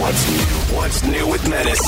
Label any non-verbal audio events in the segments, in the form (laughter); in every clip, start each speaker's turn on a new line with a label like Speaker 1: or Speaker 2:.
Speaker 1: What's new? What's new with Menace?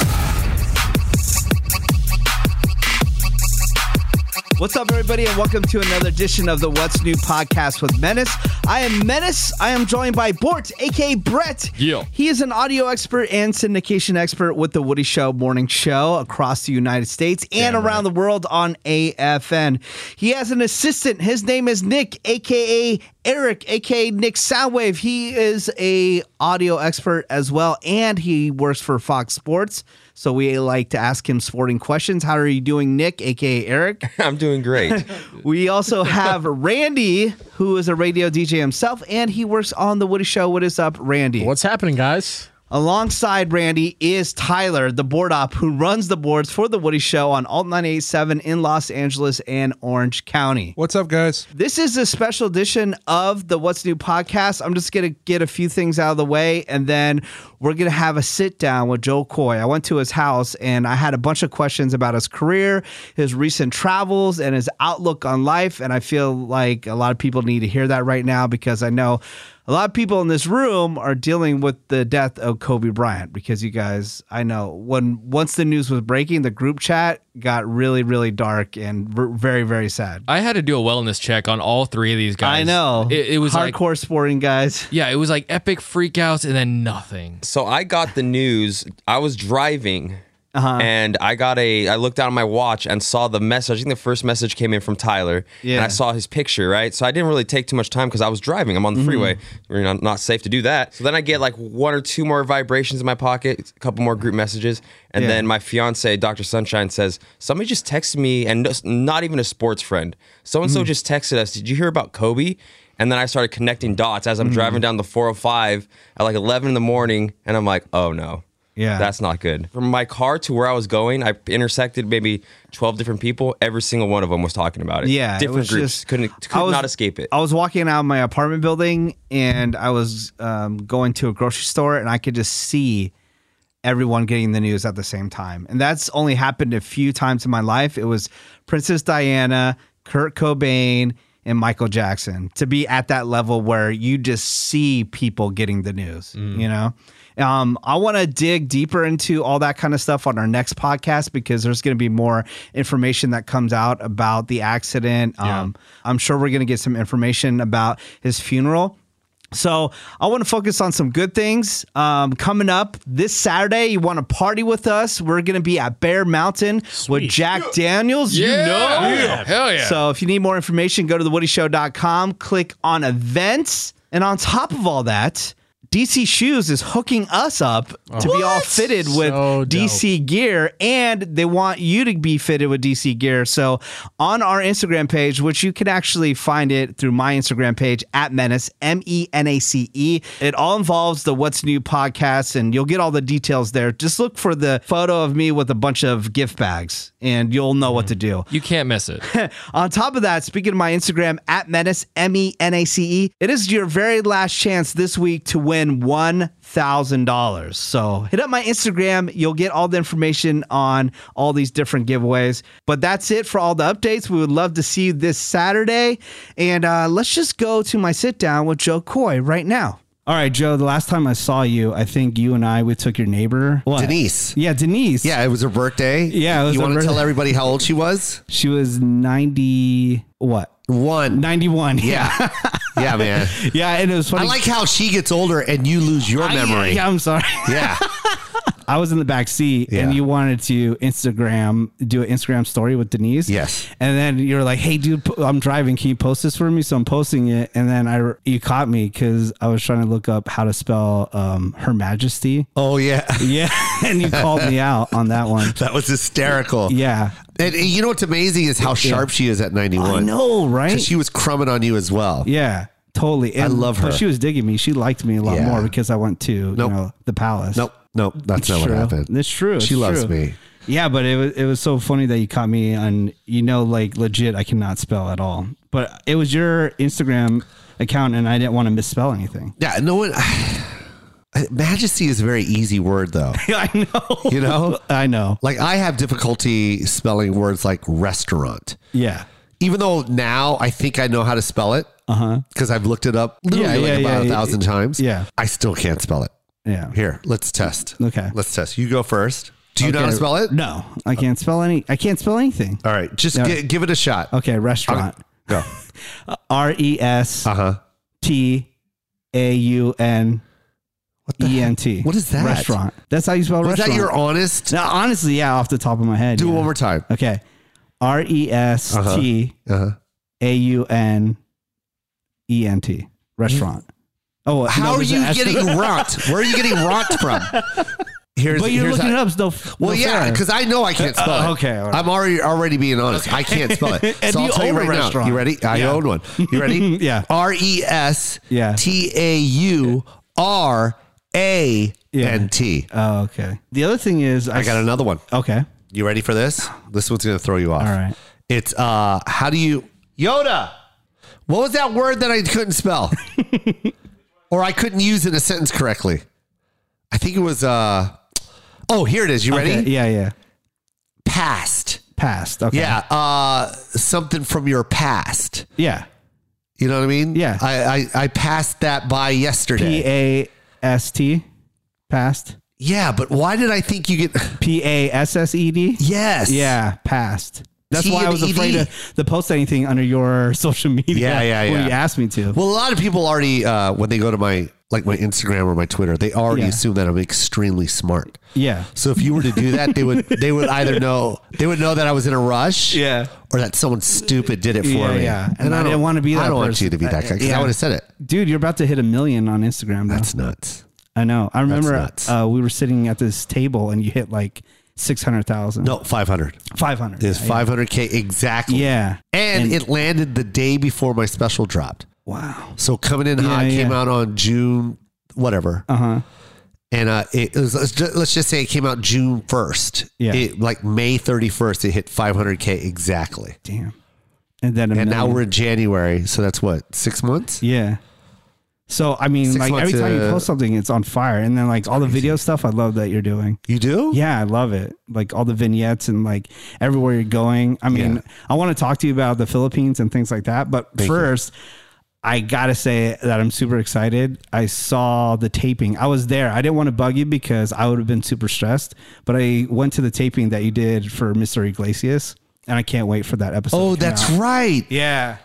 Speaker 2: What's up, everybody, and welcome to another edition of the What's New podcast with Menace. I am Menace. I am joined by Bort, aka Brett.
Speaker 3: Yeah.
Speaker 2: He is an audio expert and syndication expert with the Woody Show Morning Show across the United States and around the world on AFN. He has an assistant. His name is Nick, aka Eric, aka Nick Soundwave. He is a audio expert as well, and he works for Fox Sports. So we like to ask him sporting questions. How are you doing, Nick, aka Eric?
Speaker 4: I'm doing great.
Speaker 2: We also have Randy, who is a radio DJ himself, and he works on The Woody Show. What is up, Randy?
Speaker 3: What's happening, guys?
Speaker 2: Alongside Randy is Tyler, the board op who runs the boards for The Woody Show on Alt 987 in Los Angeles and Orange County.
Speaker 5: What's up, guys?
Speaker 2: This is a special edition of the What's New podcast. I'm just going to get a few things out of the way, and then we're going to have a sit down with Joe Coy. I went to his house and I had a bunch of questions about his career, his recent travels, and his outlook on life. And I feel like a lot of people need to hear that right now because I know a lot of people in this room are dealing with the death of Kobe Bryant because you guys, I know when once the news was breaking, the group chat got really, really dark and v- very, very sad.
Speaker 3: I had to do a wellness check on all three of these guys.
Speaker 2: I know.
Speaker 3: It, it was
Speaker 2: hardcore
Speaker 3: Like,
Speaker 2: sporting guys.
Speaker 3: yeah, it was like epic freakouts and then nothing.
Speaker 4: so I got the news. I was driving. And I got a. I looked down at my watch and saw the message. I think the first message came in from Tyler, and
Speaker 2: Yeah.
Speaker 4: I saw his picture. Right, so I didn't really take too much time because I was driving. I'm on the
Speaker 2: Mm-hmm.
Speaker 4: freeway. We're not, not safe to do that. So then I get like one or two more vibrations in my pocket, a couple more group messages, and
Speaker 2: Yeah.
Speaker 4: then my fiance, Doctor Sunshine, says somebody just texted me, and no- not even a sports friend. So and so
Speaker 2: Mm.
Speaker 4: just texted us. Did you hear about Kobe? And then I started connecting dots as I'm
Speaker 2: Mm-hmm.
Speaker 4: driving down the 405 at like 11 in the morning, and I'm like, oh no.
Speaker 2: Yeah.
Speaker 4: That's not good. From my car to where I was going, I intersected maybe 12 different people. Every single one of them was talking about it.
Speaker 2: Yeah, it
Speaker 4: Different
Speaker 2: was
Speaker 4: groups.
Speaker 2: just-
Speaker 4: Couldn't
Speaker 2: I
Speaker 4: could
Speaker 2: was-
Speaker 4: not escape it.
Speaker 2: I was walking out of my apartment building and I was um, going to a grocery store and I could just see everyone getting the news at the same time. And that's only happened a few times in my life. It was Princess Diana, Kurt Cobain, and Michael Jackson to be at that level where you just see people getting the news, you know? Um, I want to dig deeper into all that kind of stuff on our next podcast because there's going to be more information that comes out about the accident. Um, I'm sure we're going to get some information about his funeral. So I want to focus on some good things um, coming up this Saturday. You want to party with us? We're going to be at Bear Mountain with Jack Daniels. You
Speaker 3: Yeah.
Speaker 2: know,
Speaker 3: Yeah. Hell Oh, yeah.
Speaker 2: So if you need more information, go to thewoodyshow.com, click on events, and on top of all that. DC Shoes is hooking us up to be all fitted with
Speaker 3: So dope.
Speaker 2: DC gear, and they want you to be fitted with DC gear. So, on our Instagram page, which you can actually find it through my Instagram page at Menace, M E N A C E, it all involves the What's New podcast, and you'll get all the details there. Just look for the photo of me with a bunch of gift bags, and you'll know what to do.
Speaker 3: You can't miss it.
Speaker 2: On top of that, speaking of my Instagram at Menace, M E N A C E, it is your very last chance this week to win $1,000. So hit up my Instagram. You'll get all the information on all these different giveaways. But that's it for all the updates. We would love to see you this Saturday. And uh, let's just go to my sit down with Joe Coy right now. All right, Joe, the last time I saw you, I think you and I, we took your neighbor. What?
Speaker 6: Denise.
Speaker 2: Yeah, Denise.
Speaker 6: Yeah, it was her birthday.
Speaker 2: Yeah, it was
Speaker 6: you
Speaker 2: her
Speaker 6: want to
Speaker 2: birthday.
Speaker 6: tell everybody how old she was?
Speaker 2: She was 90, what?
Speaker 6: One.
Speaker 2: 91. (laughs)
Speaker 6: Yeah, yeah, man.
Speaker 2: Yeah, and it was funny.
Speaker 6: I like how she gets older and you lose your
Speaker 2: I-
Speaker 6: memory.
Speaker 2: yeah, I'm sorry.
Speaker 6: (laughs) yeah.
Speaker 2: I was in the back seat,
Speaker 6: Yeah.
Speaker 2: and you wanted to Instagram do an Instagram story with Denise.
Speaker 6: Yes.
Speaker 2: and then you're like, "Hey, dude, po- I'm driving. Can you post this for me?" So I'm posting it, and then I you caught me because I was trying to look up how to spell um, Her Majesty.
Speaker 6: Oh yeah, (laughs)
Speaker 2: Yeah, (laughs) and you called me out on that one.
Speaker 6: that was hysterical.
Speaker 2: Yeah,
Speaker 6: and, and you know what's amazing is how sharp she is at
Speaker 2: I
Speaker 6: ninety-one.
Speaker 2: know, right?
Speaker 6: 'Cause she was crumbing on you as well.
Speaker 2: yeah, totally. And,
Speaker 6: love her.
Speaker 2: But she was digging me. She liked me a lot
Speaker 6: Yeah.
Speaker 2: more because I went to
Speaker 6: Nope.
Speaker 2: you know the palace.
Speaker 6: Nope, nope, that's not
Speaker 2: true.
Speaker 6: what happened.
Speaker 2: It's true.
Speaker 6: She
Speaker 2: It's
Speaker 6: loves
Speaker 2: true.
Speaker 6: me.
Speaker 2: Yeah, but it was it was so funny that you caught me on you know like legit I cannot spell at all. But it was your Instagram account and I didn't want to misspell
Speaker 6: (laughs)
Speaker 2: anything.
Speaker 6: Yeah, no one. (sighs) Majesty is a very easy word, though.
Speaker 2: I know.
Speaker 6: You know,
Speaker 2: I know.
Speaker 6: like I have difficulty spelling words like restaurant.
Speaker 2: Yeah.
Speaker 6: even though now I think I know how to spell it because I've looked it up literally
Speaker 2: Uh-huh. Yeah,
Speaker 6: like
Speaker 2: yeah,
Speaker 6: about
Speaker 2: yeah,
Speaker 6: a thousand times.
Speaker 2: yeah.
Speaker 6: I still can't spell it.
Speaker 2: Yeah.
Speaker 6: Here, let's test.
Speaker 2: Okay.
Speaker 6: Let's test. You go first. Do you know how to
Speaker 2: Okay.
Speaker 6: spell it?
Speaker 2: No, I can't spell any. I can't spell anything.
Speaker 6: All right. Just
Speaker 2: No.
Speaker 6: gi- give it a shot.
Speaker 2: Okay, restaurant.
Speaker 6: Go.
Speaker 2: (laughs) R E S
Speaker 6: Uh huh.
Speaker 2: T A U N E N T.
Speaker 6: What is that?
Speaker 2: Restaurant. That's how you spell
Speaker 6: Was
Speaker 2: restaurant.
Speaker 6: that your honest?
Speaker 2: No, honestly, yeah, off the top of my head.
Speaker 6: Do it
Speaker 2: yeah.
Speaker 6: one more time.
Speaker 2: Okay. R E S T
Speaker 6: Uh huh.
Speaker 2: A U N E N T. Restaurant. Oh,
Speaker 6: How
Speaker 2: no,
Speaker 6: are
Speaker 2: there's an
Speaker 6: you
Speaker 2: S-
Speaker 6: getting rocked? Where are you getting rocked from? Here's,
Speaker 2: (laughs) But you're
Speaker 6: here's
Speaker 2: looking
Speaker 6: how-
Speaker 2: it up. It's no,
Speaker 6: Well,
Speaker 2: no
Speaker 6: yeah,
Speaker 2: fair.
Speaker 6: because I know I can't spell
Speaker 2: Uh,
Speaker 6: it.
Speaker 2: okay, all right.
Speaker 6: I'm already already being honest. I can't spell it.
Speaker 2: (laughs) And
Speaker 6: so I'll
Speaker 2: you
Speaker 6: tell you
Speaker 2: own a
Speaker 6: right now.
Speaker 2: restaurant.
Speaker 6: You ready? I
Speaker 2: Yeah.
Speaker 6: own one. You ready?
Speaker 2: (laughs) (laughs) Yeah.
Speaker 6: R E S
Speaker 2: Yeah.
Speaker 6: T A U R A N T.
Speaker 2: Oh, okay. The other thing is,
Speaker 6: I got another one.
Speaker 2: Okay.
Speaker 6: You ready for this? This one's gonna throw you off.
Speaker 2: All right.
Speaker 6: It's uh how do you Yoda? What was that word that I couldn't (laughs) spell? or I couldn't use in a sentence correctly. I think it was uh Oh, here it is. You ready?
Speaker 2: Okay, Yeah, yeah.
Speaker 6: Past.
Speaker 2: Past. Okay.
Speaker 6: Yeah, uh something from your past.
Speaker 2: Yeah.
Speaker 6: You know what I mean?
Speaker 2: Yeah.
Speaker 6: I I, I passed that by yesterday.
Speaker 2: P A S T. Past.
Speaker 6: yeah, but why did I think you get
Speaker 2: P A S S E D.
Speaker 6: Yes.
Speaker 2: Yeah. Past. That's
Speaker 6: T
Speaker 2: why I
Speaker 6: and
Speaker 2: was afraid
Speaker 6: ED.
Speaker 2: to, to post anything under your (laughs) social media.
Speaker 6: Yeah, yeah,
Speaker 2: When
Speaker 6: yeah.
Speaker 2: you asked me to.
Speaker 6: Well, a lot of people already uh when they go to my like my Instagram or my Twitter, they already
Speaker 2: Yeah.
Speaker 6: assume that I'm extremely smart.
Speaker 2: yeah.
Speaker 6: So if you were to do that, they would they would either know they would know that I was in a rush,
Speaker 2: Yeah.
Speaker 6: or that someone stupid did it for
Speaker 2: Yeah,
Speaker 6: me.
Speaker 2: yeah.
Speaker 6: And, I, don't
Speaker 2: didn't want to be that
Speaker 6: I don't want
Speaker 2: person. Uh,
Speaker 6: you to be that guy because
Speaker 2: Yeah.
Speaker 6: I would have said it.
Speaker 2: Dude, you're about to hit a million on Instagram. Though.
Speaker 6: That's nuts.
Speaker 2: I know. I remember
Speaker 6: nuts.
Speaker 2: uh, we were sitting at this table and you hit like 600,000.
Speaker 6: No, five hundred
Speaker 2: 500.
Speaker 6: is
Speaker 2: yeah,
Speaker 6: five hundred k exactly.
Speaker 2: Yeah.
Speaker 6: and, it landed the day before my special dropped.
Speaker 2: Wow.
Speaker 6: So coming in hot
Speaker 2: Yeah,
Speaker 6: came
Speaker 2: yeah.
Speaker 6: out on June whatever,
Speaker 2: Uh huh.
Speaker 6: and uh, it, it was let's just, let's just say it came out June first.
Speaker 2: Yeah.
Speaker 6: it, like May thirty first, it hit five hundred k exactly.
Speaker 2: Damn. And then a
Speaker 6: And now
Speaker 2: million.
Speaker 6: we're in January, so that's what six months.
Speaker 2: Yeah. So I mean,
Speaker 6: Six
Speaker 2: like every
Speaker 6: months,
Speaker 2: time you
Speaker 6: uh,
Speaker 2: post something, it's on fire, and then like all the video stuff, I love that you're doing.
Speaker 6: You do?
Speaker 2: Yeah, I love it. Like all the vignettes and like everywhere you're going. I mean,
Speaker 6: Yeah.
Speaker 2: I want to talk to you about the Philippines and things like that. But
Speaker 6: you.
Speaker 2: first, I gotta say that I'm super excited. I saw the taping. I was there. I didn't want to bug you because I would have been super stressed. But I went to the taping that you did for Mr. Iglesias, and I can't wait for that episode.
Speaker 6: Oh,
Speaker 2: to come
Speaker 6: that's
Speaker 2: out.
Speaker 6: right.
Speaker 2: yeah.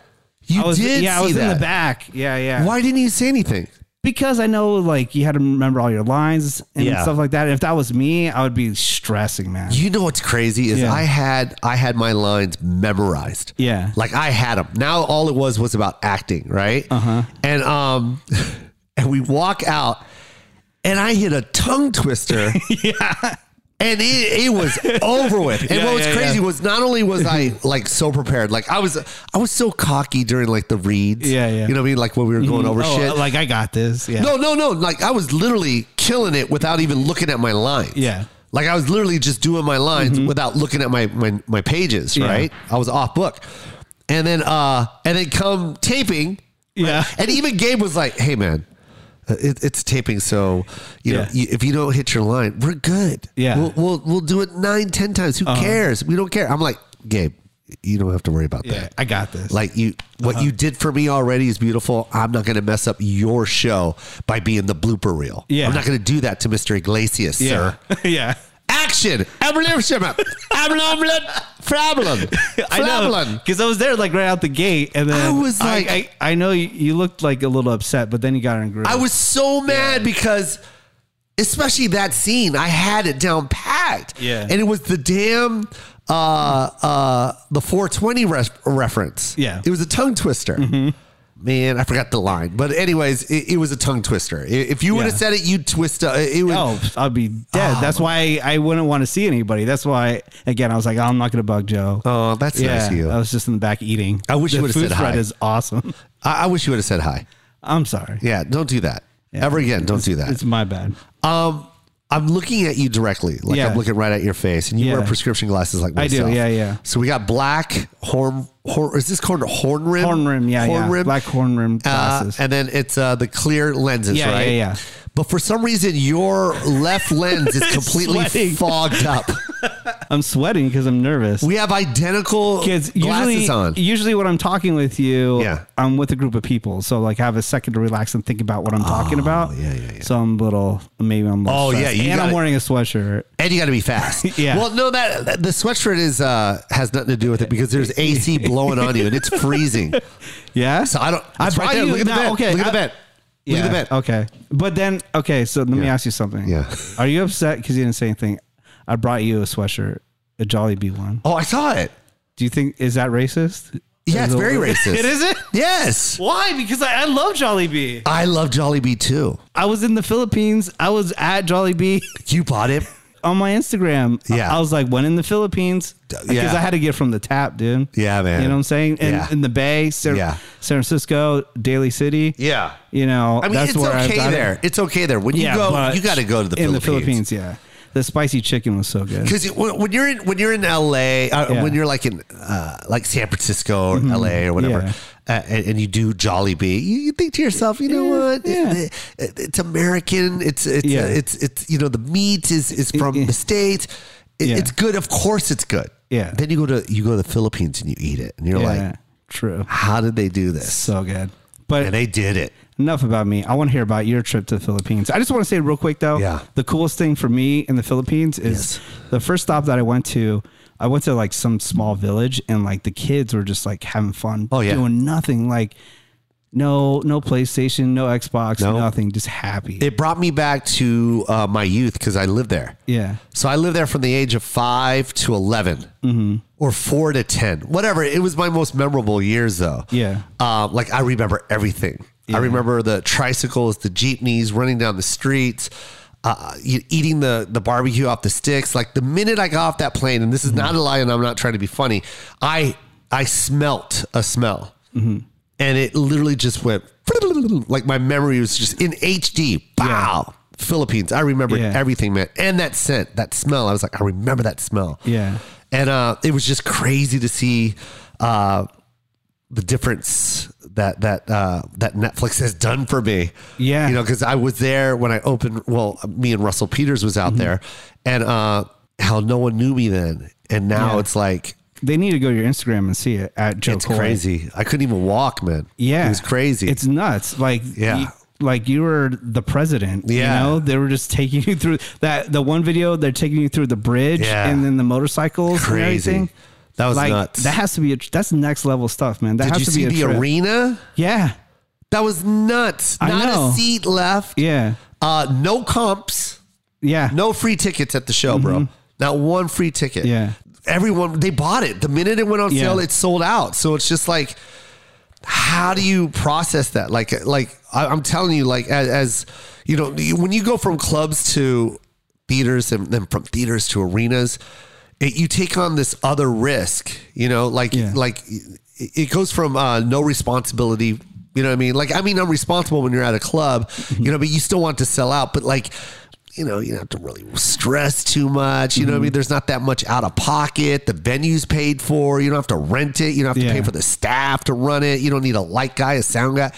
Speaker 6: You
Speaker 2: I was,
Speaker 6: did.
Speaker 2: yeah,
Speaker 6: see
Speaker 2: I was
Speaker 6: that.
Speaker 2: in the back. Yeah, yeah.
Speaker 6: Why didn't you say anything?
Speaker 2: Because I know, like, you had to remember all your lines and
Speaker 6: Yeah.
Speaker 2: stuff like that. If that was me, I would be stressing, man.
Speaker 6: You know what's crazy is
Speaker 2: Yeah.
Speaker 6: I had I had my lines memorized.
Speaker 2: Yeah.
Speaker 6: like I had them. Now all it was was about acting, right? Uh
Speaker 2: Uh-huh.
Speaker 6: huh. And um, (laughs) and we walk out, and I hit a tongue
Speaker 2: (laughs)
Speaker 6: twister. yeah. And it, it was over with. And
Speaker 2: (laughs) Yeah,
Speaker 6: what was
Speaker 2: yeah,
Speaker 6: crazy
Speaker 2: yeah.
Speaker 6: was not only was
Speaker 2: (laughs)
Speaker 6: I like so prepared, like I was I was so cocky during like the reads.
Speaker 2: Yeah, yeah.
Speaker 6: You know what I mean? Like when we were going over
Speaker 2: Oh,
Speaker 6: shit.
Speaker 2: Like, I got this. Yeah.
Speaker 6: No, no, no. Like I was literally killing it without even looking at my lines.
Speaker 2: Yeah. Mm-hmm.
Speaker 6: Like I was literally just doing my lines without looking at my my, my pages,
Speaker 2: Yeah.
Speaker 6: right? I was off book. And then uh and then come taping
Speaker 2: Yeah.
Speaker 6: and even Gabe was like, "Hey man, uh, it, it's taping, so you know
Speaker 2: Yeah.
Speaker 6: you, if you don't hit your line, we're good.
Speaker 2: Yeah. Uh-huh.
Speaker 6: we'll we'll, we'll do it nine, ten times. Who cares? We don't care." I'm like, "Gabe, you don't have to worry about
Speaker 2: Yeah.
Speaker 6: that.
Speaker 2: I got this.
Speaker 6: Like you, what
Speaker 2: Uh-huh.
Speaker 6: you did for me already is beautiful. I'm not going to mess up your show by being the blooper reel.
Speaker 2: Yeah.
Speaker 6: I'm not going to do that to Mr. Iglesias,
Speaker 2: yeah.
Speaker 6: sir.
Speaker 2: (laughs) yeah.
Speaker 6: Action!
Speaker 2: (laughs)
Speaker 6: Problem.
Speaker 2: I know.
Speaker 6: Problem.
Speaker 2: Because I was there, like, right out the gate. And then
Speaker 6: I was like-
Speaker 2: I, I, I know you, you looked like a little upset, but then you got on groove.
Speaker 6: I was so mad because, especially that scene, I had it down packed.
Speaker 2: Yeah.
Speaker 6: and it was the damn uh uh the 420 res- reference.
Speaker 2: Yeah. Mm-hmm.
Speaker 6: it was a tongue twister. Man, I forgot the line, but anyways, it, it was a tongue twister. I- If you would have
Speaker 2: Yeah.
Speaker 6: said it, you'd twist. Uh, it would.
Speaker 2: Oh, I'd be dead. That's why I wouldn't want to see anybody. That's why, again, I was like, I'm not going to bug Joe.
Speaker 6: Oh, that's
Speaker 2: yeah.
Speaker 6: nice of you.
Speaker 2: I was just in the back eating.
Speaker 6: I wish
Speaker 2: the
Speaker 6: you would've
Speaker 2: food
Speaker 6: said
Speaker 2: spread
Speaker 6: hi.
Speaker 2: is awesome. (laughs)
Speaker 6: I, I wish you would have said hi.
Speaker 2: I'm sorry.
Speaker 6: Yeah, don't do that ever again. Don't do that.
Speaker 2: It's my bad.
Speaker 6: Um, I'm looking at you directly. Like
Speaker 2: Yeah.
Speaker 6: I'm looking right at your face. And you wear
Speaker 2: Yeah.
Speaker 6: prescription glasses like
Speaker 2: I do,
Speaker 6: myself.
Speaker 2: yeah, yeah.
Speaker 6: So we got black horn, horn is this called a horn rim?
Speaker 2: Horn rim, yeah,
Speaker 6: horn
Speaker 2: yeah.
Speaker 6: Rim.
Speaker 2: Black horn rim
Speaker 6: uh,
Speaker 2: glasses.
Speaker 6: and then it's uh, the clear lenses,
Speaker 2: Yeah, yeah,
Speaker 6: right?
Speaker 2: yeah. (laughs)
Speaker 6: But for some reason your left lens is completely
Speaker 2: Sweating.
Speaker 6: fogged up.
Speaker 2: I'm sweating because I'm nervous.
Speaker 6: We have identical
Speaker 2: (laughs) Kids,
Speaker 6: glasses
Speaker 2: usually,
Speaker 6: on.
Speaker 2: usually when I'm talking with you,
Speaker 6: Yeah.
Speaker 2: I'm with a group of people, so like I have a second to relax and think about what I'm talking about. Yeah, yeah, yeah. So I'm a little, maybe I'm. a little
Speaker 6: Oh, yeah,
Speaker 2: stressed.
Speaker 6: you
Speaker 2: and I'm
Speaker 6: gotta-
Speaker 2: wearing a sweatshirt.
Speaker 6: and you got to be fast.
Speaker 2: (laughs) Yeah.
Speaker 6: Well, no, that that- the sweatshirt is uh has nothing to do with it because
Speaker 2: (laughs)
Speaker 6: there's AC blowing on you and it's freezing.
Speaker 2: Yeah.
Speaker 6: So I don't.
Speaker 2: I
Speaker 6: It's right
Speaker 2: buy
Speaker 6: there.
Speaker 2: you-
Speaker 6: Look at the
Speaker 2: no,
Speaker 6: bed.
Speaker 2: okay,
Speaker 6: Look at
Speaker 2: I-
Speaker 6: the bed. Look at the bed.
Speaker 2: Okay. But then, okay. So let me
Speaker 6: Yeah.
Speaker 2: ask you something.
Speaker 6: Yeah.
Speaker 2: Are you upset because you didn't say anything? I brought you a sweatshirt, a Jolly Bee one.
Speaker 6: Oh, I saw it.
Speaker 2: Do you think is that racist?
Speaker 6: Yeah, it's
Speaker 2: Is it-
Speaker 6: very racist.
Speaker 2: It (laughs) is it?
Speaker 6: Yes.
Speaker 2: Why? Because I, I love Jolly Bee.
Speaker 6: I love Jollibee too.
Speaker 2: I was in the Philippines. I was at Jolly Bee
Speaker 6: You bought it.
Speaker 2: on my Instagram.
Speaker 6: Yeah.
Speaker 2: I, I was like, when in the Philippines? Because
Speaker 6: yeah.
Speaker 2: I had to get from the tap, dude.
Speaker 6: Yeah, man.
Speaker 2: You know what I'm saying? In,
Speaker 6: Yeah.
Speaker 2: in the Bay, San,
Speaker 6: Yeah.
Speaker 2: San Francisco, Daly City.
Speaker 6: Yeah.
Speaker 2: You know,
Speaker 6: I mean,
Speaker 2: that's
Speaker 6: it's
Speaker 2: where I've
Speaker 6: okay
Speaker 2: got it.
Speaker 6: there. It's okay there. When you go,
Speaker 2: but
Speaker 6: you got to go to the
Speaker 2: in
Speaker 6: Philippines.
Speaker 2: the Philippines. Yeah, the spicy chicken was so good.
Speaker 6: Because when you're in when you're in LA, uh,
Speaker 2: Yeah. Mm-hmm.
Speaker 6: when you're like in uh, like San Francisco or LA or whatever,
Speaker 2: Yeah.
Speaker 6: uh, and, and you do Jollibee, you, you think to yourself, you know what?
Speaker 2: yeah.
Speaker 6: It- it- it's American. It's it's
Speaker 2: Yeah.
Speaker 6: uh, it's it's you know the meat is is from the states. It-
Speaker 2: Yeah.
Speaker 6: It's good, of course, it's good.
Speaker 2: Yeah.
Speaker 6: Then you go to you go to the Philippines and you eat it, and you're
Speaker 2: Yeah,
Speaker 6: like,
Speaker 2: true,
Speaker 6: how did they do this?
Speaker 2: so good. But
Speaker 6: And they did it.
Speaker 2: enough about me. I want to hear about your trip to the Philippines. I just want to say real quick though,
Speaker 6: Yeah.
Speaker 2: the coolest thing for me in the Philippines is the first stop that I went to. I went to like some small village and like the kids were just like having fun,
Speaker 6: Oh, yeah.
Speaker 2: doing nothing, like no no PlayStation, no Xbox,
Speaker 6: No.
Speaker 2: nothing, just happy.
Speaker 6: It brought me back to uh, my youth because I lived there.
Speaker 2: yeah,
Speaker 6: So I lived there from the age of five to 11 or four to 10, whatever. It was my most memorable years though.
Speaker 2: Yeah.
Speaker 6: Um, like I remember everything. I remember the tricycles, the jeepneys running down the streets, uh, e- eating the, the barbecue off the sticks. Like the minute I got off that plane, and this is not a lie and I'm not trying to be funny. I, I smelt a smell
Speaker 2: Mm-hmm.
Speaker 6: and it literally just went like my memory was just in HD. Wow. Philippines. I remembered
Speaker 2: Yeah.
Speaker 6: everything, man. And that scent, that smell. I was like, I remember that smell.
Speaker 2: Yeah.
Speaker 6: And uh, it was just crazy to see uh, the difference that that uh, that Netflix has done for me.
Speaker 2: Yeah.
Speaker 6: You know, because I was there when I opened. Well, me and Russell Peters was
Speaker 2: Mm-hmm.
Speaker 6: out there, and uh, how no one knew me then, and now it's like
Speaker 2: they need to go to your Instagram and see it at Joe.
Speaker 6: it's
Speaker 2: Coy.
Speaker 6: crazy. I couldn't even walk, man.
Speaker 2: Yeah.
Speaker 6: it was crazy.
Speaker 2: It's nuts. Like
Speaker 6: Yeah.
Speaker 2: y- like you were the president.
Speaker 6: Yeah.
Speaker 2: You know, they were just taking you through that the one video they're taking you through the bridge
Speaker 6: Yeah.
Speaker 2: and then the motorcycles and
Speaker 6: Crazy.
Speaker 2: everything.
Speaker 6: That was
Speaker 2: like
Speaker 6: nuts.
Speaker 2: that has to be a, tr- that's next level stuff, man. That
Speaker 6: Did
Speaker 2: has
Speaker 6: you
Speaker 2: to
Speaker 6: see
Speaker 2: be
Speaker 6: the
Speaker 2: a trip.
Speaker 6: arena?
Speaker 2: Yeah.
Speaker 6: That was nuts.
Speaker 2: I
Speaker 6: Not
Speaker 2: know.
Speaker 6: a seat left.
Speaker 2: Yeah.
Speaker 6: Uh, no comps.
Speaker 2: Yeah. Mm-hmm.
Speaker 6: No free tickets at the show, bro. Not one free ticket.
Speaker 2: Yeah.
Speaker 6: Everyone they bought it. The minute it went on
Speaker 2: Yeah.
Speaker 6: sale, it sold out. So it's just like, how do you process that? Like, like I, I'm telling you, like as, as you know, you- when you go from clubs to theaters and then from theaters to arenas, it, you take on this other risk. You know, like
Speaker 2: Yeah.
Speaker 6: like it, it goes from uh, no responsibility. You know what I mean? Like, I mean, I'm responsible when you're at a club,
Speaker 2: Mm-hmm.
Speaker 6: you know, but you still want to sell out. But like, you know, you don't have to really stress too much. You know
Speaker 2: Mm-hmm.
Speaker 6: what I mean? There's not that much out of pocket. The venue's paid for. You don't have to rent it. You don't have to
Speaker 2: Yeah.
Speaker 6: pay for the staff to run it. You don't need a light guy, a sound guy.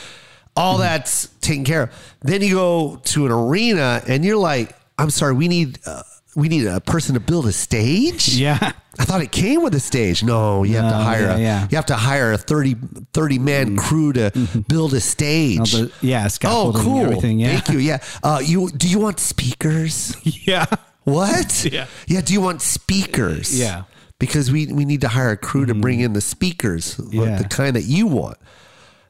Speaker 6: All
Speaker 2: Hmm.
Speaker 6: that's taken care of. Then you go to an arena and you're like, I'm sorry, we need uh, we need a person to build a stage.
Speaker 2: Yeah. (laughs)
Speaker 6: I thought it came with a stage. No, you have to
Speaker 2: No,
Speaker 6: hire
Speaker 2: yeah,
Speaker 6: a
Speaker 2: yeah.
Speaker 6: you have to hire a 30, 30 man crew to build a
Speaker 2: All
Speaker 6: stage.
Speaker 2: the- yeah,
Speaker 6: oh,
Speaker 2: scaffolding and
Speaker 6: cool.
Speaker 2: everything. Yeah.
Speaker 6: Thank you. Yeah. Uh, you do you want speakers?
Speaker 2: (laughs) Yeah.
Speaker 6: What?
Speaker 2: (laughs) Yeah.
Speaker 6: Yeah. Do you want speakers?
Speaker 2: Yeah. Mm.
Speaker 6: Because we, we need to hire a crew to bring in the speakers, like
Speaker 2: Yeah.
Speaker 6: the kind that you want.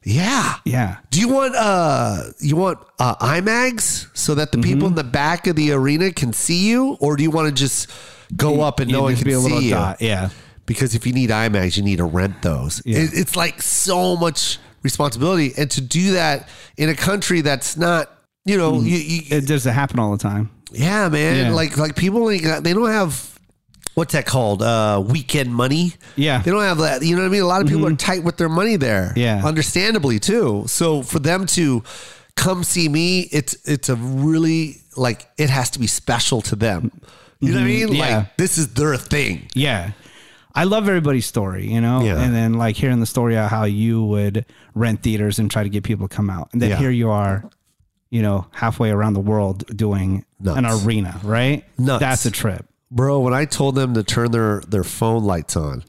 Speaker 6: Yeah.
Speaker 2: Yeah.
Speaker 6: Do you want uh you want uh, IMAGs so that the people
Speaker 2: Mm-hmm.
Speaker 6: in the back of the arena can see you, or do you want to just go up and no one
Speaker 2: It
Speaker 6: can
Speaker 2: could be a little
Speaker 6: see you?
Speaker 2: dot. Yeah.
Speaker 6: Because if you need IMAX, you need to rent those.
Speaker 2: Yeah.
Speaker 6: It, it's like so much responsibility, and to do that in a country that's not, you know,
Speaker 2: Mm.
Speaker 6: you, you,
Speaker 2: It doesn't happen all the time.
Speaker 6: yeah, man,
Speaker 2: Yeah.
Speaker 6: like like people ain't got, they don't have what's that called uh, weekend money.
Speaker 2: Yeah. Mm-hmm.
Speaker 6: they don't have that. You know what I mean? A lot of people are tight with their money there.
Speaker 2: Yeah.
Speaker 6: understandably too. So for them to come see me, it's it's a really like it has to be special to them. You know what I mean?
Speaker 2: Mm-hmm. Yeah.
Speaker 6: Like this is their thing.
Speaker 2: Yeah. I love everybody's story, you know?
Speaker 6: Yeah.
Speaker 2: And then like hearing the story of how you would rent theaters and try to get people to come out. And then
Speaker 6: Yeah.
Speaker 2: here you are, you know, halfway around the world doing an
Speaker 6: Nuts.
Speaker 2: arena, right?
Speaker 6: Nuts.
Speaker 2: That's a trip.
Speaker 6: bro, when I told them to turn their their phone lights on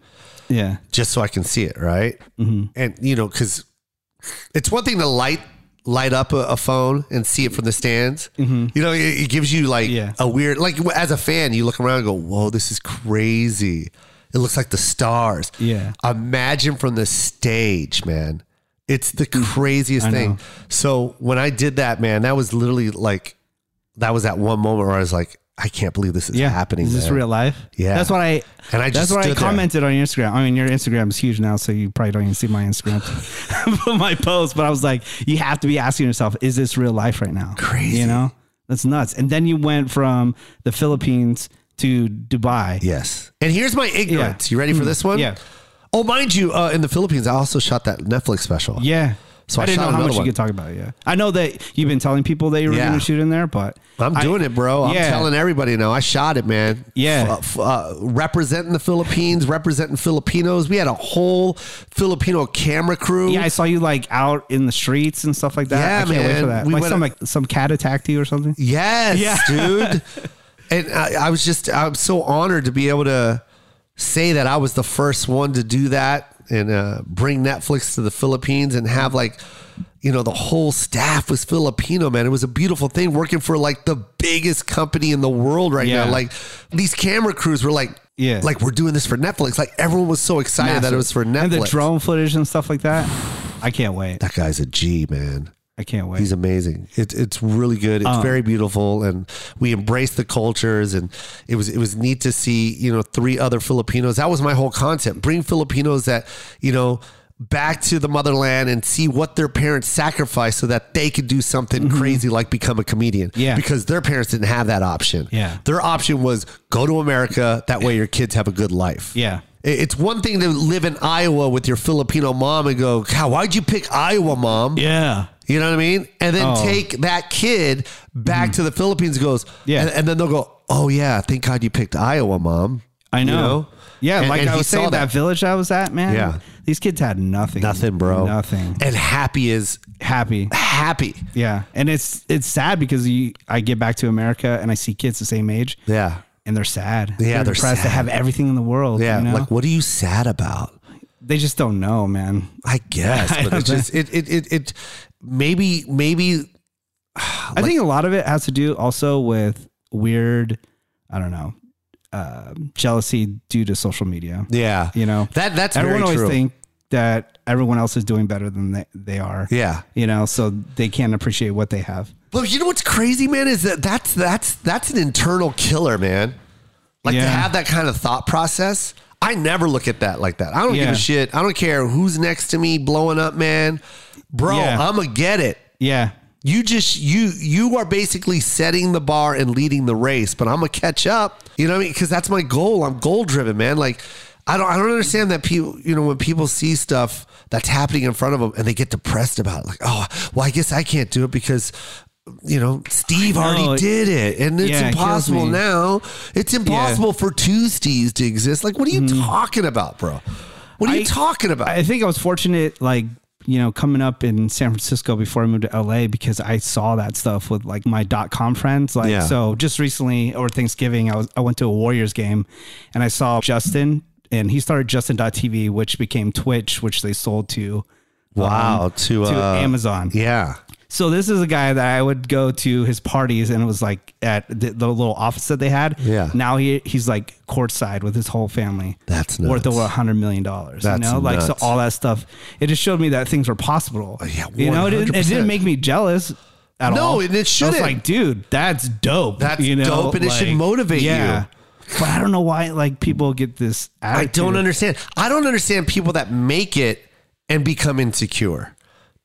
Speaker 2: Yeah.
Speaker 6: just so I can see it, right?
Speaker 2: Mm-hmm.
Speaker 6: And you know, because it's one thing to light light up a, a phone and see it from the stands. You know, it, it gives you like
Speaker 2: Mm-hmm. Yeah.
Speaker 6: a weird, like as a fan, you look around and go, "Whoa, this is crazy." It looks like the stars.
Speaker 2: Yeah.
Speaker 6: Imagine from the stage, man. It's the
Speaker 2: Mm.
Speaker 6: craziest thing. So when I did that, man, that was literally like, that was that one moment where I was like, I can't believe this is
Speaker 2: Yeah.
Speaker 6: happening.
Speaker 2: Is this
Speaker 6: man.
Speaker 2: real life?
Speaker 6: Yeah.
Speaker 2: That's what I.
Speaker 6: And I just
Speaker 2: that's what I
Speaker 6: stood there.
Speaker 2: commented on your Instagram. I mean, your Instagram is huge now, so you probably don't even see my
Speaker 6: (laughs)
Speaker 2: Instagram, (laughs) but my post. But I was like, you have to be asking yourself, is this real life right now?
Speaker 6: Crazy.
Speaker 2: You know, that's nuts. And then you went from the Philippines to Dubai.
Speaker 6: Yes. And here's my ignorance. You ready for this one?
Speaker 2: Yeah.
Speaker 6: Oh, mind you, uh, in the Philippines, I also shot that Netflix special.
Speaker 2: Yeah.
Speaker 6: So I
Speaker 2: didn't
Speaker 6: shot
Speaker 2: know how
Speaker 6: another
Speaker 2: much
Speaker 6: one.
Speaker 2: you could talk about it. Yeah. I know that you've been telling people that you were
Speaker 6: Yeah.
Speaker 2: going to shoot in there, but
Speaker 6: I'm doing
Speaker 2: I-
Speaker 6: it, bro. I'm
Speaker 2: Yeah.
Speaker 6: telling everybody now. I shot it, man.
Speaker 2: Yeah.
Speaker 6: F- f- uh, representing the Philippines, representing Filipinos. We had a whole Filipino camera crew.
Speaker 2: Yeah, I saw you like out in the streets and stuff like that.
Speaker 6: Yeah,
Speaker 2: I can't wait for
Speaker 6: man.
Speaker 2: that.
Speaker 6: We
Speaker 2: like
Speaker 6: went-
Speaker 2: some like, some cat attacked you or something.
Speaker 6: Yes,
Speaker 2: Yeah. (laughs)
Speaker 6: dude. And I, I was just, I'm so honored to be able to say that I was the first one to do that and uh, bring Netflix to the Philippines and have like, you know, the whole staff was Filipino, man. It was a beautiful thing working for like the biggest company in the world right
Speaker 2: Yeah.
Speaker 6: now. Like these camera crews were like,
Speaker 2: Yeah.
Speaker 6: like we're doing this for Netflix. Like everyone was so excited that it was for Netflix.
Speaker 2: And the drone footage and stuff like that. I can't wait.
Speaker 6: That guy's a G, man.
Speaker 2: I can't wait.
Speaker 6: He's amazing. It, it's really good.
Speaker 2: Uh.
Speaker 6: It's very beautiful, and we embraced the cultures, and it was it was neat to see you know three other Filipinos. That was my whole concept: bring Filipinos that you know back to the motherland and see what their parents sacrificed so that they could do something crazy like become a comedian.
Speaker 2: Mm-hmm. Yeah.
Speaker 6: because their parents didn't have that option.
Speaker 2: Yeah.
Speaker 6: their option was go to America. That way, your kids have a good life.
Speaker 2: Yeah.
Speaker 6: It- It's one thing to live in Iowa with your Filipino mom and go, God, why'd you pick Iowa, mom?
Speaker 2: yeah.
Speaker 6: You know what I mean? And then
Speaker 2: Oh. Mm-hmm.
Speaker 6: take that kid back to the Philippines goes,
Speaker 2: Yeah.
Speaker 6: And, and then they'll go, oh, yeah, thank God you picked Iowa, mom.
Speaker 2: I know.
Speaker 6: know?
Speaker 2: Yeah,
Speaker 6: And-
Speaker 2: like
Speaker 6: and
Speaker 2: I
Speaker 6: he
Speaker 2: was saying,
Speaker 6: saw
Speaker 2: that.
Speaker 6: that.
Speaker 2: village I was at, man.
Speaker 6: Yeah.
Speaker 2: These kids had nothing.
Speaker 6: Nothing, bro.
Speaker 2: Nothing.
Speaker 6: And happy is
Speaker 2: Happy.
Speaker 6: happy.
Speaker 2: Yeah. And it's it's sad because you I get back to America and I see kids the same age
Speaker 6: Yeah.
Speaker 2: and they're sad.
Speaker 6: Yeah, they're
Speaker 2: depressed. They
Speaker 6: sad.
Speaker 2: have everything in the world.
Speaker 6: Yeah.
Speaker 2: you know?
Speaker 6: Like, what are you sad about?
Speaker 2: they just don't know, man.
Speaker 6: I
Speaker 2: (laughs)
Speaker 6: guess, but it's just, it, it, it, it, maybe, maybe, Ah,
Speaker 2: I think a lot of it has to do also with weird, I don't know, um jealousy due to social media.
Speaker 6: yeah.
Speaker 2: You know,
Speaker 6: That, that's
Speaker 2: everyone
Speaker 6: very
Speaker 2: always
Speaker 6: true.
Speaker 2: think that everyone else is doing better than they, they are.
Speaker 6: Yeah.
Speaker 2: You know, so they can't appreciate what they have.
Speaker 6: But you know what's crazy, man, is that that's that's that's an internal killer, man. Like to
Speaker 2: Yeah.
Speaker 6: have that kind of thought process. I never look at that like that. I don't give
Speaker 2: Yeah.
Speaker 6: a shit. I don't care who's next to me blowing up, man. Bro,
Speaker 2: Yeah.
Speaker 6: I'ma get it.
Speaker 2: Yeah.
Speaker 6: You just you you are basically setting the bar and leading the race, but I'm gonna catch up. You know what I mean? Because that's my goal. I'm goal driven, man. Like I don't I don't understand that people you know when people see stuff that's happening in front of them and they get depressed about it. Like oh well I guess I can't do it because you know Steve
Speaker 2: know.
Speaker 6: already did it and it's
Speaker 2: Yeah, it kills
Speaker 6: impossible
Speaker 2: me.
Speaker 6: now. It's impossible for two Steves to exist. Like what are you talking about, bro? What are
Speaker 2: Mm-hmm. I-
Speaker 6: you talking about?
Speaker 2: I think I was fortunate, like, you know, coming up in San Francisco before I moved to LA because I saw that stuff with like my dot com friends. Like,
Speaker 6: Yeah.
Speaker 2: so just recently over Thanksgiving, I was I went to a Warriors game and I saw Justin and he started Justin.tv, which became Twitch, which they sold to um,
Speaker 6: wow, to,
Speaker 2: to
Speaker 6: uh,
Speaker 2: Amazon.
Speaker 6: Yeah.
Speaker 2: So this is a guy that I would go to his parties, and it was like at the, the little office that they had.
Speaker 6: Yeah.
Speaker 2: Now he he's like courtside with his whole family.
Speaker 6: That's
Speaker 2: worth
Speaker 6: nuts.
Speaker 2: over a hundred million dollars.
Speaker 6: That's
Speaker 2: you know, like so
Speaker 6: nuts. Uh,
Speaker 2: all that stuff. It just showed me that things were possible.
Speaker 6: yeah,
Speaker 2: you know, it didn't, it
Speaker 6: 100%.
Speaker 2: didn't make me jealous at
Speaker 6: No,
Speaker 2: all.
Speaker 6: and it
Speaker 2: I
Speaker 6: shouldn't.
Speaker 2: was like, dude, that's dope.
Speaker 6: That's
Speaker 2: you know?
Speaker 6: dope, and it should motivate you.
Speaker 2: yeah. But I don't know why like people get this.
Speaker 6: I
Speaker 2: Attitude.
Speaker 6: don't understand. I don't understand people that make it and become insecure.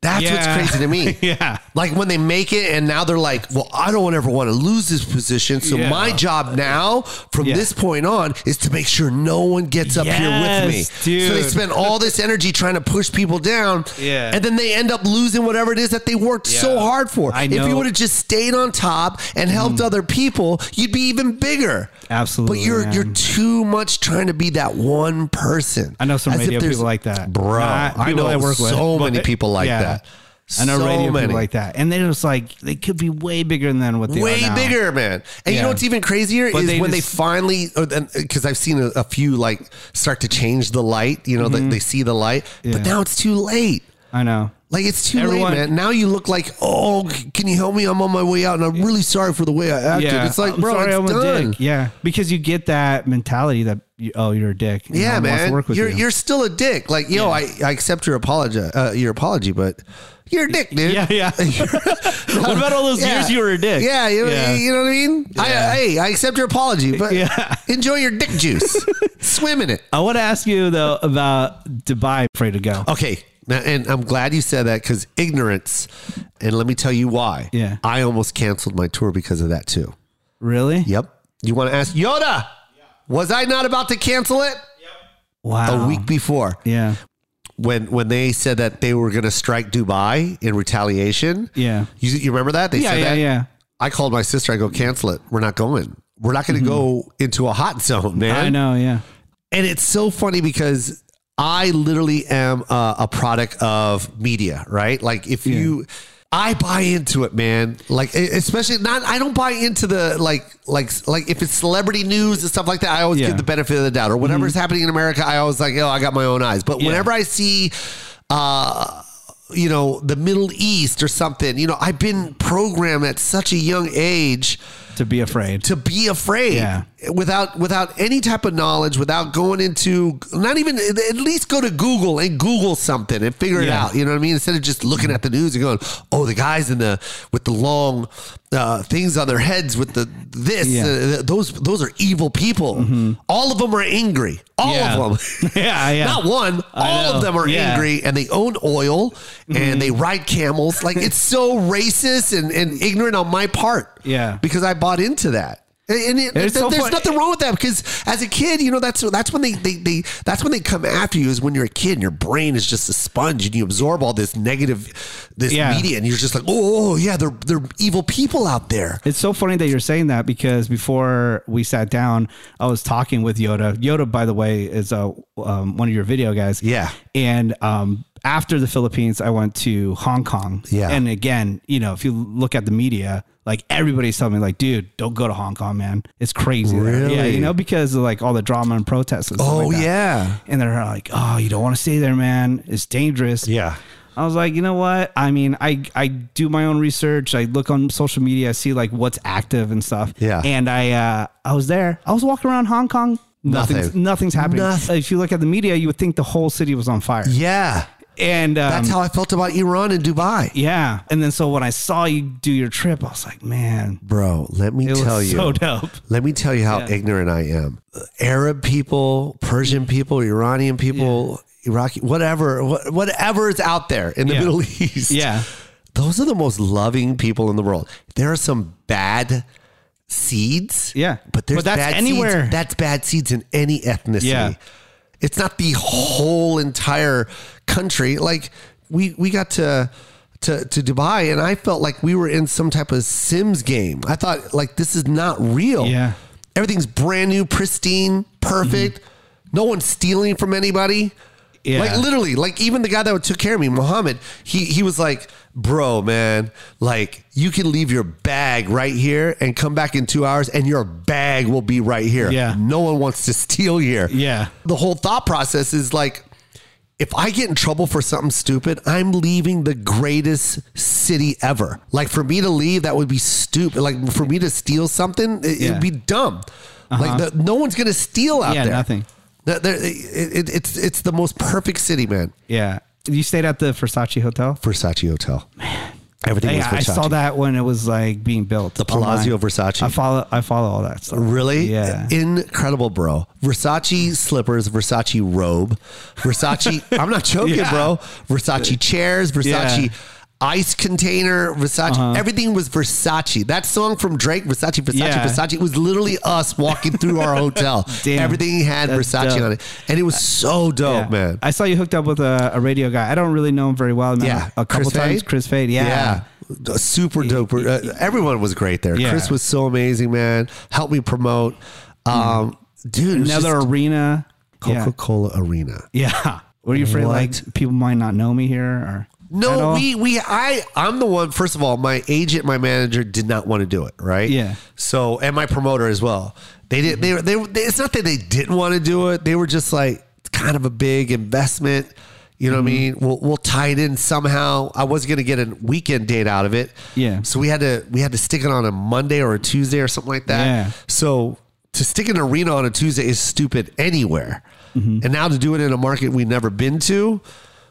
Speaker 6: That's
Speaker 2: Yeah.
Speaker 6: what's crazy to me.
Speaker 2: (laughs) Yeah.
Speaker 6: Like when they make it and now they're like, well, I don't ever want to lose this position. So
Speaker 2: Yeah.
Speaker 6: my job now from
Speaker 2: Yeah.
Speaker 6: this point on is to make sure no one gets up here
Speaker 2: Yes,
Speaker 6: with me. So they
Speaker 2: dude.
Speaker 6: spend all this energy trying to push people down.
Speaker 2: Yeah.
Speaker 6: And then they end up losing whatever it is that they worked so hard for.
Speaker 2: I
Speaker 6: If you
Speaker 2: know. Mm.
Speaker 6: would have just stayed on top and helped other people, you'd be even bigger.
Speaker 2: Absolutely,
Speaker 6: But you're
Speaker 2: man.
Speaker 6: you're too much trying to be that one person.
Speaker 2: I know some
Speaker 6: As if
Speaker 2: radio
Speaker 6: there's-
Speaker 2: people like that.
Speaker 6: Bro,
Speaker 2: Not
Speaker 6: I
Speaker 2: people
Speaker 6: know
Speaker 2: I work with,
Speaker 6: so
Speaker 2: but-
Speaker 6: many people like
Speaker 2: Yeah.
Speaker 6: that.
Speaker 2: I know
Speaker 6: So
Speaker 2: radio
Speaker 6: many.
Speaker 2: people like that, and they're just like they could be way bigger than what they
Speaker 6: way
Speaker 2: are now.
Speaker 6: bigger, man. And you
Speaker 2: Yeah.
Speaker 6: know what's even crazier
Speaker 2: But
Speaker 6: is
Speaker 2: they
Speaker 6: when
Speaker 2: just-
Speaker 6: they finally, uh, because I've seen a, a few like start to change the light. You know, they- they, see the light,
Speaker 2: Mm-hmm. Yeah.
Speaker 6: but now it's too late.
Speaker 2: I know.
Speaker 6: Like it's too
Speaker 2: Everyone-
Speaker 6: late, man. Now you look like, oh, c- can you help me? I'm on my way out, and I'm really sorry for the way I acted.
Speaker 2: Yeah,
Speaker 6: It's like,
Speaker 2: I'm
Speaker 6: bro,
Speaker 2: sorry,
Speaker 6: it's
Speaker 2: I'm a
Speaker 6: done.
Speaker 2: dick. Yeah, because you get that mentality that you, oh, you're a dick. and no
Speaker 6: Yeah,
Speaker 2: one wants to
Speaker 6: man.
Speaker 2: work with
Speaker 6: you're
Speaker 2: you.
Speaker 6: you. are still a dick. Like, yo, I, I accept your apology, uh, your apology, but you're a dick, dude.
Speaker 2: yeah,
Speaker 6: (laughs)
Speaker 2: yeah. what about all those years you were a dick?
Speaker 6: Yeah, you, you know what I mean? I, uh, hey, I accept your apology, but
Speaker 2: Yeah.
Speaker 6: enjoy your dick (laughs) juice. Swim in it.
Speaker 2: I want to ask you though about Dubai. Pray to go.
Speaker 6: Okay. Now, and I'm glad you said that because ignorance, and let me tell you why.
Speaker 2: Yeah.
Speaker 6: I almost canceled my tour because of that too.
Speaker 2: Really?
Speaker 6: Yep. You want to ask Yoda? Was I not about to cancel it
Speaker 2: Wow.
Speaker 6: a week before?
Speaker 2: Yeah.
Speaker 6: when when they said that they were going to strike Dubai in retaliation.
Speaker 2: Yeah.
Speaker 6: you, you remember that? They
Speaker 2: Yeah,
Speaker 6: said
Speaker 2: yeah,
Speaker 6: that.
Speaker 2: yeah.
Speaker 6: I called my sister. I go, cancel it. We're not going. We're not going
Speaker 2: Mm-hmm.
Speaker 6: to go into a hot zone, man.
Speaker 2: I know. Yeah.
Speaker 6: And it's so funny because I literally am a, a product of media, right? Like if you. I buy into it, man. Like e- especially not. I don't buy into the like, like, like if it's celebrity news and stuff like that. I always
Speaker 2: Yeah.
Speaker 6: give the benefit of the doubt, or whatever's happening in America. I always like, oh, I got my own eyes. But whenever I see, uh, you know, the Middle East or something, you know, I've been programmed at such a young age
Speaker 2: To be afraid.
Speaker 6: to be afraid
Speaker 2: Yeah.
Speaker 6: without without any type of knowledge without going into not even at least go to google and google something and figure it
Speaker 2: Yeah.
Speaker 6: out you know what i mean instead of just looking at the news and going oh the guys in the with the long uh, things on their heads with the this
Speaker 2: Yeah. Mm-hmm.
Speaker 6: uh, those those are evil people all of them are angry all of
Speaker 2: (laughs)
Speaker 6: them
Speaker 2: yeah. Yeah.
Speaker 6: Not one.
Speaker 2: I
Speaker 6: all
Speaker 2: know.
Speaker 6: of them are
Speaker 2: Yeah. Mm-hmm.
Speaker 6: angry and they own oil and they ride camels. Like it's so racist and, and ignorant on my part.
Speaker 2: Yeah.
Speaker 6: Because I bought into that. And it,
Speaker 2: It's so
Speaker 6: th- there's
Speaker 2: fun-
Speaker 6: nothing wrong with that because as a kid, you know that's that's when they, they they that's when they come after you is when you're a kid and your brain is just a sponge and you absorb all this negative this
Speaker 2: Yeah.
Speaker 6: media and you're just like oh yeah they're they're evil people out there
Speaker 2: It's so funny that you're saying that because before we sat down, I was talking with Yoda. Yoda, by the way, is uh, um, one of your video guys.
Speaker 6: Yeah.
Speaker 2: And um, after the Philippines, I went to Hong Kong.
Speaker 6: Yeah.
Speaker 2: And again, you know, if you look at the media, like everybody's telling me, like, dude, don't go to Hong Kong, man. It's crazy. there. Yeah.
Speaker 6: Really?
Speaker 2: You know, because of like all the drama and protests. And stuff
Speaker 6: oh
Speaker 2: like that.
Speaker 6: yeah
Speaker 2: And they're like, oh, you don't want to stay there, man. It's dangerous.
Speaker 6: Yeah.
Speaker 2: I was like, you know what? I mean, I I do my own research. I look on social media. I see like what's active and stuff.
Speaker 6: Yeah.
Speaker 2: And I uh, I was there. I was walking around Hong Kong. Nothing's
Speaker 6: Nothing.
Speaker 2: nothing's happening.
Speaker 6: Nothing.
Speaker 2: If you look at the media, you would think the whole city was on fire.
Speaker 6: yeah
Speaker 2: And um,
Speaker 6: that's how I felt about Iran and Dubai
Speaker 2: Yeah. And then so when I saw you do your trip, I was like, man,
Speaker 6: bro let me
Speaker 2: it was
Speaker 6: tell you
Speaker 2: so dope.
Speaker 6: Let me tell you how ignorant I am. Arab people, Persian people, Iranian people, Iraqi, whatever, wh- whatever is out there in the
Speaker 2: Yeah.
Speaker 6: Middle (laughs) East.
Speaker 2: Yeah.
Speaker 6: Those are the most loving people in the world. There are some bad seeds.
Speaker 2: Yeah.
Speaker 6: But there's
Speaker 2: But that's
Speaker 6: bad
Speaker 2: anywhere.
Speaker 6: Seeds. That's bad seeds in any ethnicity.
Speaker 2: Yeah.
Speaker 6: It's not the whole entire country. Like we we got to to, to Dubai and I felt like we were in some type of Sims game. I thought like this is not real.
Speaker 2: Yeah. Mm-hmm.
Speaker 6: Everything's brand new, pristine, perfect. No one's stealing from anybody.
Speaker 2: Yeah.
Speaker 6: Like literally, like even the guy that took care of me, Mohammed, he he was like, "Bro, man, like you can leave your bag right here and come back in 2 hours and your bag will be right here.
Speaker 2: Yeah.
Speaker 6: No one wants to (laughs) steal here."
Speaker 2: Yeah.
Speaker 6: The whole thought process is like if I get in trouble for something stupid, I'm leaving the greatest city ever. Like for me to leave, that would be stupid. Like for me to steal something, it,
Speaker 2: Yeah. Uh-huh.
Speaker 6: would be dumb. Like the, no one's gonna steal out
Speaker 2: Yeah,
Speaker 6: there.
Speaker 2: nothing.
Speaker 6: Th- there- it- it- it's it's the most perfect city, man.
Speaker 2: Yeah. You stayed at the Versace Hotel?
Speaker 6: Versace Hotel. Man, everything
Speaker 2: Hey,
Speaker 6: was Versace.
Speaker 2: I saw that when it was like being built. The
Speaker 6: Palazzo Versace.
Speaker 2: I follow I follow all that stuff.
Speaker 6: Really?
Speaker 2: Yeah.
Speaker 6: Incredible, bro. Versace slippers, Versace robe,
Speaker 2: (laughs)
Speaker 6: Versace. I'm not joking,
Speaker 2: Yeah.
Speaker 6: bro. Versace chairs, Versace
Speaker 2: Yeah. Uh-huh.
Speaker 6: ice container, Versace. Everything was Versace. That song from Drake, Versace, Versace,
Speaker 2: Yeah.
Speaker 6: Versace, was literally us walking through
Speaker 2: (laughs)
Speaker 6: our hotel.
Speaker 2: Damn.
Speaker 6: Everything had
Speaker 2: That's
Speaker 6: Versace
Speaker 2: dope.
Speaker 6: on it. And it was so dope, Oh,
Speaker 2: Yeah.
Speaker 6: man.
Speaker 2: I saw you hooked up with a, a radio guy. I don't really know him very well. I met
Speaker 6: yeah.
Speaker 2: him a couple times. Chris Fade. Yeah.
Speaker 6: Yeah. Super dope. Uh, everyone was great there.
Speaker 2: Yeah. Mm.
Speaker 6: Chris was so amazing, man. Helped me promote. Um, Dude, it was
Speaker 2: Another
Speaker 6: just-
Speaker 2: arena.
Speaker 6: Coca Cola Arena.
Speaker 2: (laughs) Yeah. yeah. Were you afraid
Speaker 6: What?
Speaker 2: like people might not know me here or at
Speaker 6: No,
Speaker 2: all?
Speaker 6: we we I I'm the one. First of all, my agent, my manager did not want to do it. Right.
Speaker 2: Yeah.
Speaker 6: So and my promoter as well. They didn't. They were. They, were- they. It's not that they didn't want to do it. They were just like it's kind of a big investment. You know what I mean?
Speaker 2: Mm-hmm.
Speaker 6: We'll we'll tie it in somehow. I was gonna get a weekend date out of it.
Speaker 2: Yeah.
Speaker 6: So we had to we had to stick it on a Monday or a Tuesday or something like that.
Speaker 2: Yeah.
Speaker 6: So to stick an arena on a Tuesday is stupid anywhere.
Speaker 2: Mm-hmm.
Speaker 6: And now to do it in a market we've never been to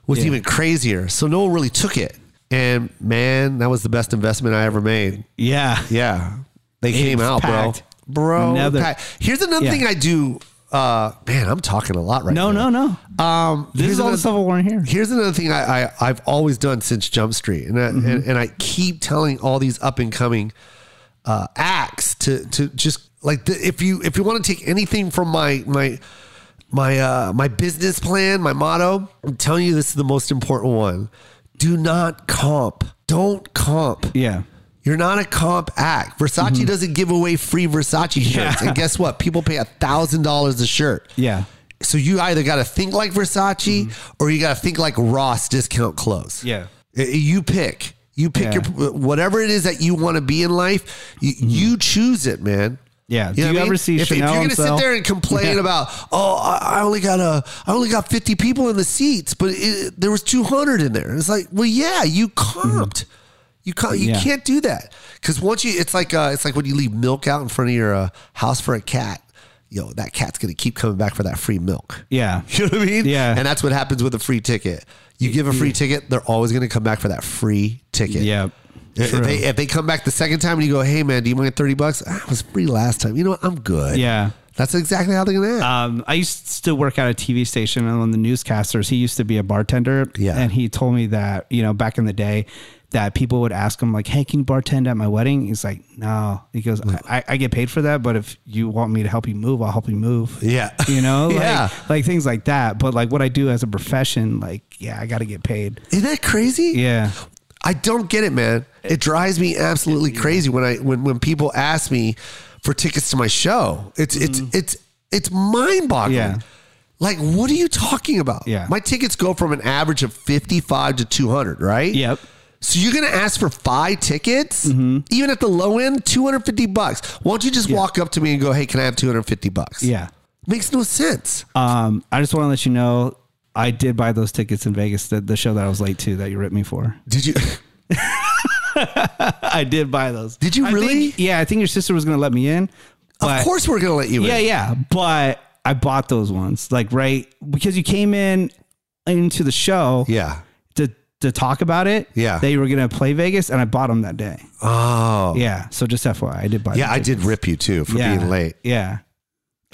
Speaker 6: was even crazier. So no one really took it. And man, that was the best investment I ever made.
Speaker 2: Yeah.
Speaker 6: Yeah. They came
Speaker 2: was
Speaker 6: out,
Speaker 2: packed.
Speaker 6: bro. Bro.
Speaker 2: Another-
Speaker 6: packed. Here's another
Speaker 2: Yeah.
Speaker 6: thing I do. Uh, man, I'm talking a lot right
Speaker 2: No,
Speaker 6: now.
Speaker 2: no, no.
Speaker 6: Um,
Speaker 2: This is all the stuff I want
Speaker 6: (laughs)
Speaker 2: to hear.
Speaker 6: Here's another thing I, I I've always done since Jump Street, and I, and, and I keep telling all these up and coming uh, acts to to just like the, if you if you want to take anything from my my my uh, my business plan, my motto, I'm telling you this is the most important one. Do not comp. Don't comp.
Speaker 2: Yeah.
Speaker 6: You're not a comp act. Versace doesn't give away free Versace shirts, and guess what? People pay a thousand dollars a shirt.
Speaker 2: Yeah.
Speaker 6: So you either got to think like Versace or you got to think like Ross discount clothes.
Speaker 2: Yeah.
Speaker 6: I- You pick. You pick
Speaker 2: Yeah. Mm-hmm.
Speaker 6: your whatever it is that you want to be in life. You, you choose it, man.
Speaker 2: Yeah. Do
Speaker 6: what
Speaker 2: you
Speaker 6: I
Speaker 2: ever see
Speaker 6: if, if
Speaker 2: Chanel
Speaker 6: you're gonna
Speaker 2: himself?
Speaker 6: sit there and complain about, oh, I I only got a, I only got 50 people in the seats, but it, there was 200 in there. And it's like, well, yeah, you comped. You can't, you
Speaker 2: Mm-hmm. Yeah.
Speaker 6: can't do that because once you, it's like, uh, it's like when you leave milk out in front of your uh, house for a cat. Yo, that cat's gonna keep coming back for that free milk.
Speaker 2: Yeah.
Speaker 6: (laughs) You know what I mean?
Speaker 2: Yeah.
Speaker 6: And that's what happens with a free ticket. You give a free ticket, they're always going to come back for that free ticket.
Speaker 2: Yeah.
Speaker 6: If
Speaker 2: True.
Speaker 6: they, if they come back the second time and you go, hey, man, do you mind 30 bucks? Ah, it was free last time. You know what? I'm good.
Speaker 2: Yeah.
Speaker 6: That's exactly how they're going to act.
Speaker 2: um, I used to work at a TV station, and one of the newscasters, he used to be a bartender.
Speaker 6: Yeah.
Speaker 2: And he told me that, you know, back in the day, that people would ask him, like, hey, can you bartend at my wedding? He's like, no. He goes, I, I- I get paid for that, but if you want me to help you move, I'll help you move.
Speaker 6: Yeah.
Speaker 2: (laughs) You know?
Speaker 6: (laughs)
Speaker 2: Like,
Speaker 6: Yeah.
Speaker 2: Like things like that. But like what I do as a profession, like, yeah, I got to get paid.
Speaker 6: Isn't that crazy?
Speaker 2: Yeah.
Speaker 6: I don't get it, man. It drives me absolutely crazy when I when when people ask me for tickets to my show. It's it's it's it's mind boggling.
Speaker 2: Mm-hmm. Yeah.
Speaker 6: Like, what are you talking about?
Speaker 2: Yeah.
Speaker 6: My tickets go from an average of 55 to 200, right?
Speaker 2: Yep. Mm-hmm.
Speaker 6: So you're gonna ask for five tickets, even at the low end, 250 bucks. Why don't you just walk up to me and go, "Hey, can I have 250 bucks?"
Speaker 2: Yeah.
Speaker 6: makes no sense.
Speaker 2: Um, I just want to let you know, I did buy those tickets in Vegas, the, the show that I was late to that you ripped me for.
Speaker 6: Did you? (laughs)
Speaker 2: I did buy those.
Speaker 6: Did you
Speaker 2: I think-
Speaker 6: really?
Speaker 2: yeah, I think your sister was gonna let me in. But,
Speaker 6: of course, we're gonna let you
Speaker 2: Yeah,
Speaker 6: in.
Speaker 2: yeah. But I bought those ones, like right because you came in into the show
Speaker 6: Yeah.
Speaker 2: to to talk about it.
Speaker 6: Yeah.
Speaker 2: that you were gonna play Vegas, and I bought them that day.
Speaker 6: Oh.
Speaker 2: Yeah. So just FYI, I did buy.
Speaker 6: Yeah,
Speaker 2: them.
Speaker 6: I did rip you too for
Speaker 2: Yeah,
Speaker 6: being late.
Speaker 2: Yeah.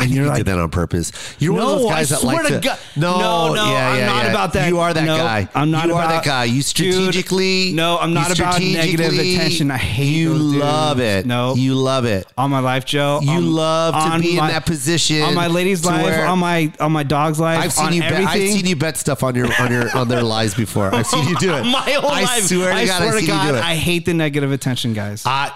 Speaker 6: And you're like, did that on purpose. You're one of those guys
Speaker 2: I
Speaker 6: that
Speaker 2: swear
Speaker 6: like
Speaker 2: to
Speaker 6: to,
Speaker 2: God- no, no, I'm not about that.
Speaker 6: You are that
Speaker 2: No,
Speaker 6: guy.
Speaker 2: I'm not
Speaker 6: You are that
Speaker 2: about-
Speaker 6: guy. You strategically.
Speaker 2: Dude, no, I'm
Speaker 6: you
Speaker 2: not about negative
Speaker 6: strategically-
Speaker 2: attention. I hate
Speaker 6: You
Speaker 2: those dudes.
Speaker 6: love it.
Speaker 2: No.
Speaker 6: you love it.
Speaker 2: On my life, Joe.
Speaker 6: You
Speaker 2: on-
Speaker 6: love to
Speaker 2: on
Speaker 6: be
Speaker 2: my-
Speaker 6: in that position.
Speaker 2: On my lady's
Speaker 6: to
Speaker 2: life,
Speaker 6: where-
Speaker 2: on my on my dog's life.
Speaker 6: I've seen
Speaker 2: on
Speaker 6: you. Bet,
Speaker 2: Everything.
Speaker 6: I've seen you bet stuff on your on your on their lies before. I've seen you do it.
Speaker 2: (laughs) My whole
Speaker 6: I
Speaker 2: life.
Speaker 6: swear to
Speaker 2: I
Speaker 6: God,
Speaker 2: swear
Speaker 6: I've
Speaker 2: to
Speaker 6: seen you
Speaker 2: God,
Speaker 6: do it.
Speaker 2: I hate the negative attention, guys.
Speaker 6: I,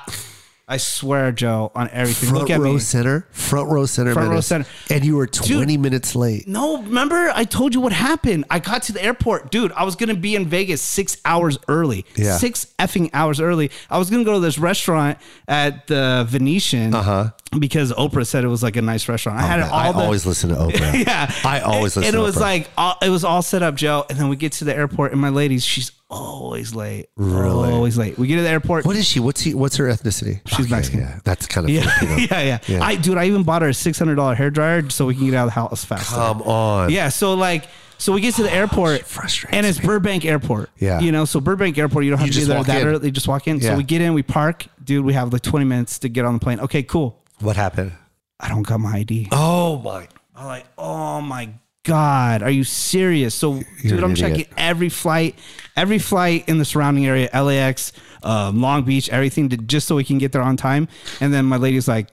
Speaker 2: I swear, Joe, on everything.
Speaker 6: front
Speaker 2: Look at
Speaker 6: row
Speaker 2: me.
Speaker 6: center, front row center,
Speaker 2: Front row
Speaker 6: minutes.
Speaker 2: center.
Speaker 6: and you were twenty minutes late.
Speaker 2: No, remember I told you what happened. I got to the airport, dude. I was gonna be in Vegas six hours early.
Speaker 6: Yeah.
Speaker 2: Six effing hours early. I was gonna go to this restaurant at the Venetian uh-huh. because Oprah said it was like a nice restaurant. I had
Speaker 6: Oh, Man,
Speaker 2: all
Speaker 6: I
Speaker 2: the
Speaker 6: always
Speaker 2: (laughs)
Speaker 6: listen to Oprah.
Speaker 2: yeah.
Speaker 6: I always listen.
Speaker 2: and, and it
Speaker 6: to
Speaker 2: was
Speaker 6: Oprah.
Speaker 2: like all, it was all set up, Joe. And then we get to the airport, and my lady, she's always late.
Speaker 6: Really?
Speaker 2: always late. We get to the airport. (laughs)
Speaker 6: What is she? What's he? What's her ethnicity?
Speaker 2: She's Mexican.
Speaker 6: Yeah, that's kind of
Speaker 2: yeah,
Speaker 6: Filipino.
Speaker 2: (laughs) yeah, yeah,
Speaker 6: Yeah.
Speaker 2: I, dude, I even bought her a six hundred dollar hair dryer so we can get out of the house faster.
Speaker 6: Come on.
Speaker 2: Yeah. So like, so we get to the airport,
Speaker 6: Oh, frustrates
Speaker 2: and it's
Speaker 6: me.
Speaker 2: Burbank Airport.
Speaker 6: Yeah.
Speaker 2: You know, so Burbank Airport, you don't have
Speaker 6: You
Speaker 2: to be
Speaker 6: just
Speaker 2: there
Speaker 6: walk
Speaker 2: that
Speaker 6: in.
Speaker 2: early. You Just walk in.
Speaker 6: Yeah.
Speaker 2: So we get in, we park, dude. We have like twenty minutes to get on the plane. Okay, cool.
Speaker 6: What happened?
Speaker 2: I don't got my ID.
Speaker 6: Oh my.
Speaker 2: I'm like, oh my god, are you serious? So, dude,
Speaker 6: an
Speaker 2: I'm
Speaker 6: idiot.
Speaker 2: checking every flight, every flight in the surrounding area, LAX, um, Long Beach, everything, to, just so we can get there on time. And then my lady's like,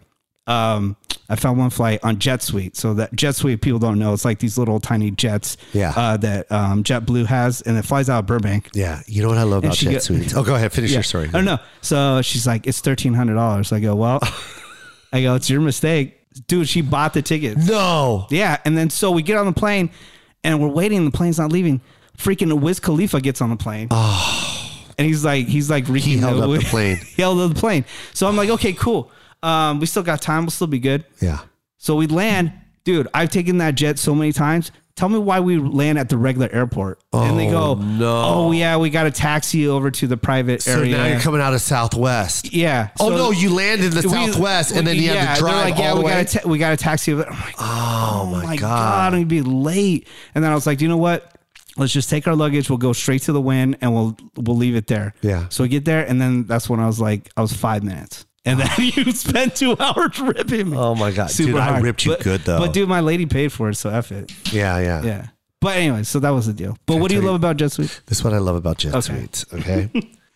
Speaker 2: um, I found one flight on JetSuite. So that JetSuite, people don't know, it's like these little tiny jets
Speaker 6: Yeah.
Speaker 2: uh, that um, JetBlue has, and it flies out of Burbank.
Speaker 6: Yeah. You know what I love about
Speaker 2: she
Speaker 6: jet
Speaker 2: got-
Speaker 6: sweets?
Speaker 2: (laughs)
Speaker 6: Oh, go ahead. Finish your story.
Speaker 2: I don't know. So she's like, it's thirteen hundred dollars. I go, well, I go, it's your mistake, dude. She bought the tickets.
Speaker 6: No.
Speaker 2: Yeah, and then so we get on the plane, and we're waiting. The plane's not leaving. freaking Wiz Khalifa gets on the plane. Oh. And he's like, he's like, Ricky
Speaker 6: Ah. He held up
Speaker 2: Noble-
Speaker 6: the plane.
Speaker 2: (laughs) he held up the plane. So I'm like, okay, cool. Um, we still got time. We'll still be good.
Speaker 6: Yeah.
Speaker 2: So we land, dude. I've taken that jet so many times. Tell me why we land at the regular airport. and they go,
Speaker 6: no.
Speaker 2: Oh yeah, we got a taxi over to the private
Speaker 6: So
Speaker 2: area.
Speaker 6: now you're coming out of Southwest.
Speaker 2: yeah.
Speaker 6: Oh
Speaker 2: So-
Speaker 6: no, you land in the
Speaker 2: we-
Speaker 6: Southwest and
Speaker 2: we-
Speaker 6: then you
Speaker 2: yeah,
Speaker 6: have to
Speaker 2: they're
Speaker 6: drive
Speaker 2: like,
Speaker 6: all
Speaker 2: yeah,
Speaker 6: the
Speaker 2: we
Speaker 6: way.
Speaker 2: Got a ta- we got a taxi. over there. I'm like,
Speaker 6: oh
Speaker 2: oh
Speaker 6: my
Speaker 2: my
Speaker 6: god.
Speaker 2: god, I'm gonna be late. And then I was like, you know what? Let's just take our luggage. We'll go straight to the win, and we'll we'll leave it there.
Speaker 6: Yeah.
Speaker 2: So we get there, and then that's when I was like, I was five minutes, and then (laughs) you spent two hours ripping me.
Speaker 6: Oh my god,
Speaker 2: Super
Speaker 6: dude! I
Speaker 2: hard.
Speaker 6: ripped you
Speaker 2: But-
Speaker 6: good though.
Speaker 2: But dude, my lady paid for it, so f it.
Speaker 6: yeah, yeah,
Speaker 2: Yeah. But anyway, so that was the deal. But what do you love about Jet Sweep?
Speaker 6: This is what I love about jet
Speaker 2: Okay.
Speaker 6: suites.
Speaker 2: (laughs)
Speaker 6: Okay,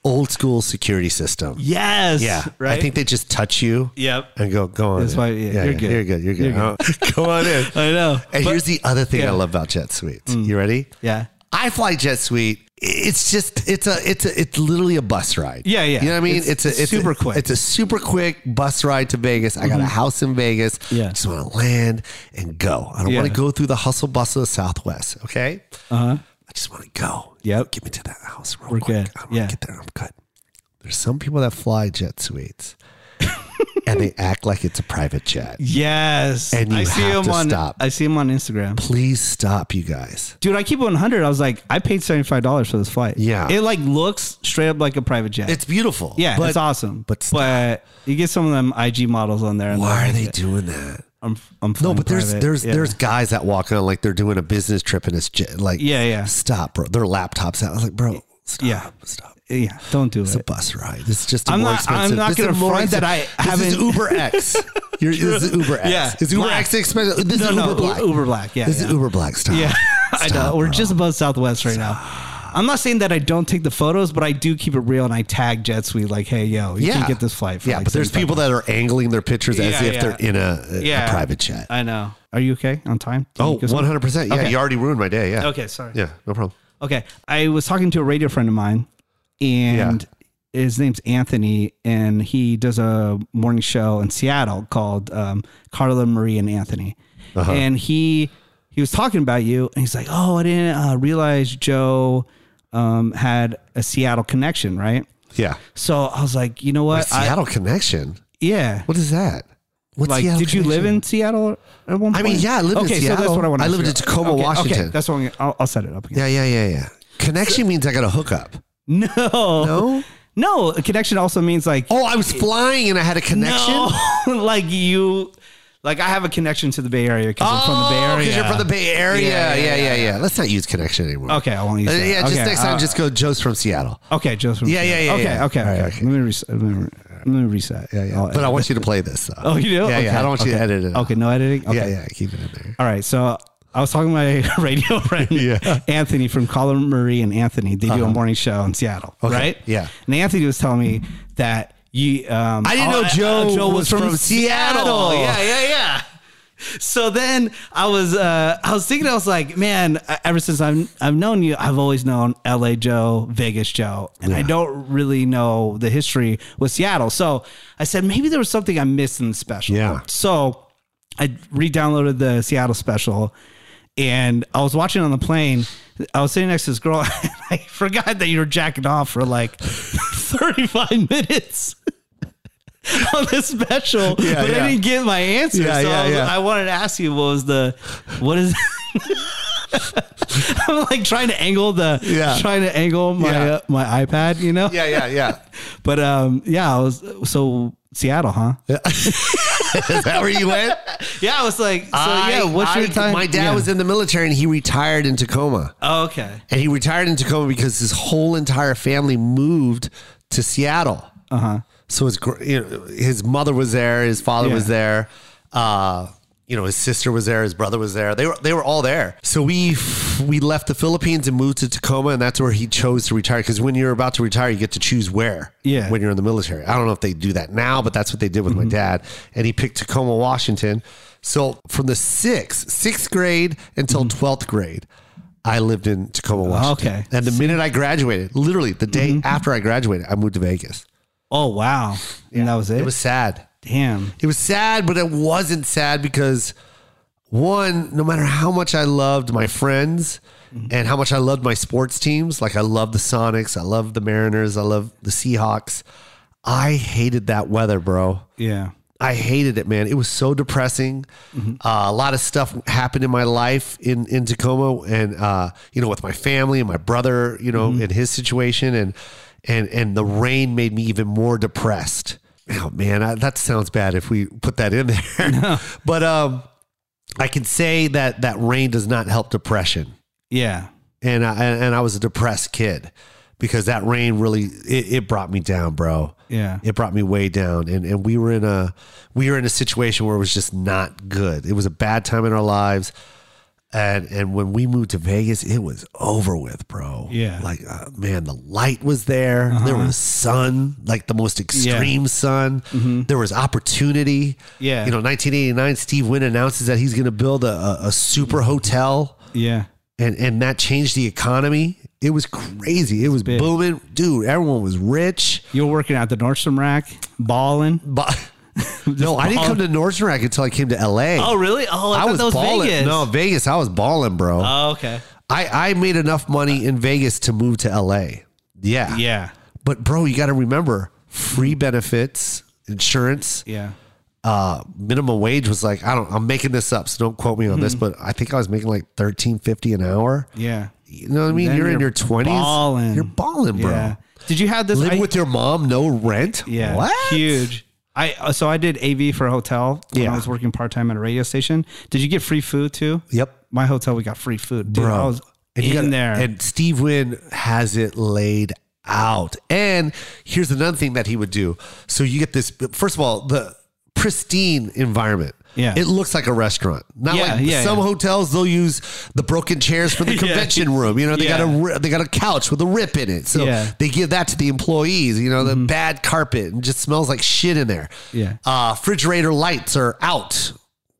Speaker 6: old school security system.
Speaker 2: Yes.
Speaker 6: Yeah,
Speaker 2: Right.
Speaker 6: I think they just touch you.
Speaker 2: Yep.
Speaker 6: and go go on.
Speaker 2: That's
Speaker 6: in.
Speaker 2: why- yeah, you're good.
Speaker 6: You're good. You're good.
Speaker 2: You're
Speaker 6: (laughs) go on in.
Speaker 2: I know.
Speaker 6: And
Speaker 2: (laughs) But-
Speaker 6: here's the other thing I
Speaker 2: Yeah. Mm.
Speaker 6: love about jet suites. You ready?
Speaker 2: yeah.
Speaker 6: I fly jet suite. It's just it's a it's a it's literally a bus ride.
Speaker 2: Yeah, yeah.
Speaker 6: You know what I mean?
Speaker 2: It's
Speaker 6: It's, a it's
Speaker 2: super
Speaker 6: a,
Speaker 2: quick. Mm-hmm.
Speaker 6: It's a super quick bus ride to Vegas. I got a house in Vegas.
Speaker 2: Yeah.
Speaker 6: just want to land and go. I don't want
Speaker 2: Yeah. Uh-huh.
Speaker 6: to go through the hustle bustle of Southwest. Okay. Uh huh. I just want to go.
Speaker 2: Yep.
Speaker 6: Get me to that house real
Speaker 2: We're
Speaker 6: quick.
Speaker 2: good.
Speaker 6: I'm
Speaker 2: Yeah.
Speaker 6: gonna get there. I'm good. There's some people that fly jet suites, (laughs) and they act like it's a private jet.
Speaker 2: Yes.
Speaker 6: And you
Speaker 2: I see
Speaker 6: have
Speaker 2: him
Speaker 6: to
Speaker 2: on
Speaker 6: stop.
Speaker 2: I see him on Instagram.
Speaker 6: Please stop, you guys.
Speaker 2: Dude, I keep it 100. I was like, I paid $75 for this flight.
Speaker 6: Yeah.
Speaker 2: It like looks straight up like a private jet.
Speaker 6: It's beautiful.
Speaker 2: yeah,
Speaker 6: but
Speaker 2: it's awesome.
Speaker 6: but
Speaker 2: But, you get some of them IG models on there. And
Speaker 6: why
Speaker 2: they're
Speaker 6: are they
Speaker 2: like,
Speaker 6: doing that?
Speaker 2: I'm, I'm
Speaker 6: No,
Speaker 2: flying
Speaker 6: but there's
Speaker 2: private.
Speaker 6: there's
Speaker 2: Yeah.
Speaker 6: there's guys that walk on like they're doing a business trip and it's j- like
Speaker 2: Yeah, yeah.
Speaker 6: stop, bro. Their laptops out. I was like, bro, stop,
Speaker 2: Yeah.
Speaker 6: stop.
Speaker 2: Yeah, don't do
Speaker 6: It's a
Speaker 2: it.
Speaker 6: bus ride. It's just a
Speaker 2: I'm
Speaker 6: more
Speaker 2: not- I'm
Speaker 6: expensive.
Speaker 2: not
Speaker 6: this is
Speaker 2: gonna
Speaker 6: a more
Speaker 2: front that
Speaker 6: expensive-
Speaker 2: I
Speaker 6: This is
Speaker 2: haven't-
Speaker 6: Uber
Speaker 2: (laughs)
Speaker 6: X. You're, this is Uber X.
Speaker 2: Yeah.
Speaker 6: Is Uber
Speaker 2: Black.
Speaker 6: X expensive? This is
Speaker 2: No,
Speaker 6: Uber
Speaker 2: no,
Speaker 6: Black.
Speaker 2: Uber Black. Yeah.
Speaker 6: This
Speaker 2: yeah.
Speaker 6: is Uber Black. Stop.
Speaker 2: Yeah, (laughs) I know.
Speaker 6: Stop,
Speaker 2: We're
Speaker 6: bro.
Speaker 2: just above Southwest right now. I'm not saying that I don't take the photos, but I do keep it real and I tag JetSuite like, hey, yo, you can get this flight. For
Speaker 6: yeah,
Speaker 2: like
Speaker 6: but there's
Speaker 2: 75
Speaker 6: people that are angling their pictures as
Speaker 2: Yeah,
Speaker 6: if
Speaker 2: yeah.
Speaker 6: they're in a, a
Speaker 2: Yeah.
Speaker 6: private jet.
Speaker 2: I know. Are you okay on time? Did
Speaker 6: oh,
Speaker 2: you get some-
Speaker 6: 100 percent. Yeah,
Speaker 2: Okay.
Speaker 6: you already ruined my day. Yeah.
Speaker 2: Okay, sorry.
Speaker 6: Yeah, no problem.
Speaker 2: Okay, I was talking to a radio friend of mine, and his name's Anthony, and he does a morning show in Seattle called um, Carla Marie and Anthony,
Speaker 6: Uh-huh.
Speaker 2: and he he was talking about you, and he's like, "Oh, I didn't uh, realize Joe um, had a Seattle connection, right?"
Speaker 6: Yeah.
Speaker 2: So I was like, "You know what? I,
Speaker 6: Seattle connection.
Speaker 2: yeah."
Speaker 6: What is that? What's
Speaker 2: Like,
Speaker 6: Seattle
Speaker 2: did you live
Speaker 6: connection?
Speaker 2: in Seattle at one
Speaker 6: I
Speaker 2: point?
Speaker 6: mean, yeah, I lived in
Speaker 2: okay, so that's
Speaker 6: Seattle.
Speaker 2: what I want.
Speaker 6: I lived in Tacoma, Washington.
Speaker 2: that's what I'm, gonna- I'll, I'll set it up again.
Speaker 6: Yeah, yeah, yeah, yeah. Connection means I got a hookup.
Speaker 2: (laughs) No.
Speaker 6: No?
Speaker 2: No, a connection also means like
Speaker 6: Oh, I was flying and I had a connection.
Speaker 2: no, (laughs) like you like I have a connection to the Bay Area because I'm from the Bay
Speaker 6: Oh,
Speaker 2: Area.
Speaker 6: 'cause you're from the Bay Area. Yeah,
Speaker 2: Yeah,
Speaker 6: yeah,
Speaker 2: yeah,
Speaker 6: yeah. Let's not use connection anymore.
Speaker 2: Okay, I won't use
Speaker 6: Uh,
Speaker 2: that.
Speaker 6: yeah, just
Speaker 2: Okay,
Speaker 6: next time,
Speaker 2: uh,
Speaker 6: just go. Joe's from Seattle.
Speaker 2: Okay, Joseph.
Speaker 6: Yeah, yeah, yeah,
Speaker 2: Okay,
Speaker 6: yeah.
Speaker 2: okay,
Speaker 6: All right,
Speaker 2: okay.
Speaker 6: okay.
Speaker 2: Let me reset. Let me, let me reset.
Speaker 6: Yeah, yeah.
Speaker 2: I'll
Speaker 6: But I
Speaker 2: edit
Speaker 6: want you to play this. Though.
Speaker 2: it. Oh, you do?
Speaker 6: Yeah,
Speaker 2: okay.
Speaker 6: yeah. I don't want you to
Speaker 2: okay.
Speaker 6: edit it.
Speaker 2: Okay, no editing. Okay.
Speaker 6: Yeah, yeah. Keep it in there.
Speaker 2: All right, so I was talking to my (laughs) radio friend,
Speaker 6: (laughs) Yeah. Uh-huh.
Speaker 2: Anthony from Colin Marie and Anthony. They do a morning show in Seattle, right?
Speaker 6: yeah.
Speaker 2: And Anthony was telling me that you. Um,
Speaker 6: Oh, I didn't know Joe was from Seattle.
Speaker 2: Yeah, yeah, yeah. So then I was uh, I was thinking I was like, man, I- ever since I've I've known you, I've always known L.A. Joe, Vegas Joe, and I don't really know the history with Seattle. So I said maybe there was something I missed in the special.
Speaker 6: Yeah.
Speaker 2: So I re-downloaded the Seattle special, and I was watching on the plane. I was sitting next to this girl, (laughs) and I forgot that you were jacking off for like (laughs) thirty-five minutes (laughs) on this special,
Speaker 6: Yeah,
Speaker 2: but
Speaker 6: yeah.
Speaker 2: I didn't get my answer.
Speaker 6: Yeah,
Speaker 2: so
Speaker 6: yeah,
Speaker 2: I, was-
Speaker 6: yeah.
Speaker 2: I wanted to ask you what was the what is. (laughs) I'm like trying to angle the
Speaker 6: Yeah.
Speaker 2: trying to angle my
Speaker 6: Yeah.
Speaker 2: uh, my iPad, you know.
Speaker 6: Yeah, yeah, yeah.
Speaker 2: But um, yeah, I was so Seattle, huh?
Speaker 6: (laughs) Is that where you went?
Speaker 2: Yeah, I was like, so yeah,
Speaker 6: I-
Speaker 2: what's your
Speaker 6: I-
Speaker 2: time?
Speaker 6: My dad
Speaker 2: Yeah.
Speaker 6: was in the military and he retired in Tacoma.
Speaker 2: Oh, okay.
Speaker 6: And he retired in Tacoma because his whole entire family moved to Seattle. Uh huh. So his gr- you know, his mother was there, his father
Speaker 2: Yeah.
Speaker 6: was there, uh, you know, his sister was there, his brother was there. They were they were all there. So we f- we left the Philippines and moved to Tacoma, and that's where he chose to retire. Because when you're about to retire, you get to choose where.
Speaker 2: Yeah. Mm-hmm.
Speaker 6: When you're in the military, I don't know if they do that now, but that's what they did with my dad, and he picked Tacoma, Washington. So from the sixth sixth grade until 12th grade. I lived in Tacoma, Washington.
Speaker 2: Mm-hmm. okay. Mm-hmm.
Speaker 6: And the minute I graduated, literally the day after I graduated, I moved to Vegas.
Speaker 2: Oh wow, and that was it.
Speaker 6: It was sad.
Speaker 2: Damn.
Speaker 6: It was sad, but it wasn't sad because one, no matter how much I loved my friends and how much I loved my sports teams. Like I love the Sonics, I love the Mariners, I love the Seahawks. I hated that weather, bro.
Speaker 2: Yeah.
Speaker 6: I hated it, man. It was so depressing. Uh, a lot of stuff happened in my life in in Tacoma, and uh, you know, with my family and my brother, you know, in his situation, and and and the rain made me even more depressed. Oh man, I, that sounds bad if we put that in (laughs) there, but um, I can say that that rain does not help depression
Speaker 2: Yeah.
Speaker 6: and I and I was a depressed kid because that rain really it, it brought me down, bro.
Speaker 2: Yeah.
Speaker 6: it brought me way down, and and we were in a we were in a situation where it was just not good. It was a bad time in our lives, and and when we moved to Vegas, it was over with, bro.
Speaker 2: Yeah. Uh-huh.
Speaker 6: like uh, man, the light was there. There was sun, like the most extreme sun. There was opportunity.
Speaker 2: Mm-hmm. Yeah.
Speaker 6: you know, 1989, Steve Wynn announces that he's going to build a, a, a super hotel
Speaker 2: Yeah.
Speaker 6: and and that changed the economy. It was crazy. It was booming, dude. Everyone was rich.
Speaker 2: You were working at the Nordstrom rack, balling. (laughs)
Speaker 6: But no, I didn't come to Nordstrom Rack until I came to L.A.
Speaker 2: really? Oh,
Speaker 6: I, was balling. No, Vegas. I was balling, bro.
Speaker 2: Oh, okay.
Speaker 6: I I made enough money in Vegas to move to L.A. Yeah,
Speaker 2: Yeah.
Speaker 6: But bro, you got to remember free benefits, insurance.
Speaker 2: Yeah.
Speaker 6: uh, minimum wage was like I don't. I'm making this up, so don't quote me on this. But I think I was making like thirteen fifty an hour.
Speaker 2: Hmm. Yeah.
Speaker 6: You know what I mean?
Speaker 2: Then
Speaker 6: you're, in
Speaker 2: you're
Speaker 6: your twenties.
Speaker 2: balling.
Speaker 6: You're balling, bro.
Speaker 2: Yeah. Did you have this?
Speaker 6: Live
Speaker 2: I-
Speaker 6: with your mom, no rent.
Speaker 2: Yeah.
Speaker 6: What?
Speaker 2: Huge. I uh, so I did AV for a hotel when
Speaker 6: Yeah.
Speaker 2: I was working part time at a radio station. Did you get free food too?
Speaker 6: Yep.
Speaker 2: My hotel we got free food. Dude,
Speaker 6: Bro.
Speaker 2: I was
Speaker 6: And
Speaker 2: in
Speaker 6: you gotta-
Speaker 2: there.
Speaker 6: And Steve Wynn has it laid out. And here's another thing that he would do. So you get this first of all, the pristine environment.
Speaker 2: Yeah.
Speaker 6: It looks like a restaurant. Not
Speaker 2: Yeah,
Speaker 6: like
Speaker 2: yeah,
Speaker 6: some
Speaker 2: yeah.
Speaker 6: hotels they'll use the broken chairs
Speaker 2: (laughs)
Speaker 6: for the convention room. You know, they got a
Speaker 2: Yeah.
Speaker 6: ri- they got a couch with a rip in it. So
Speaker 2: Yeah. Mm-hmm.
Speaker 6: they give that to the employees, you know, the bad carpet and just smells like shit in there.
Speaker 2: Yeah.
Speaker 6: Uh refrigerator lights are out.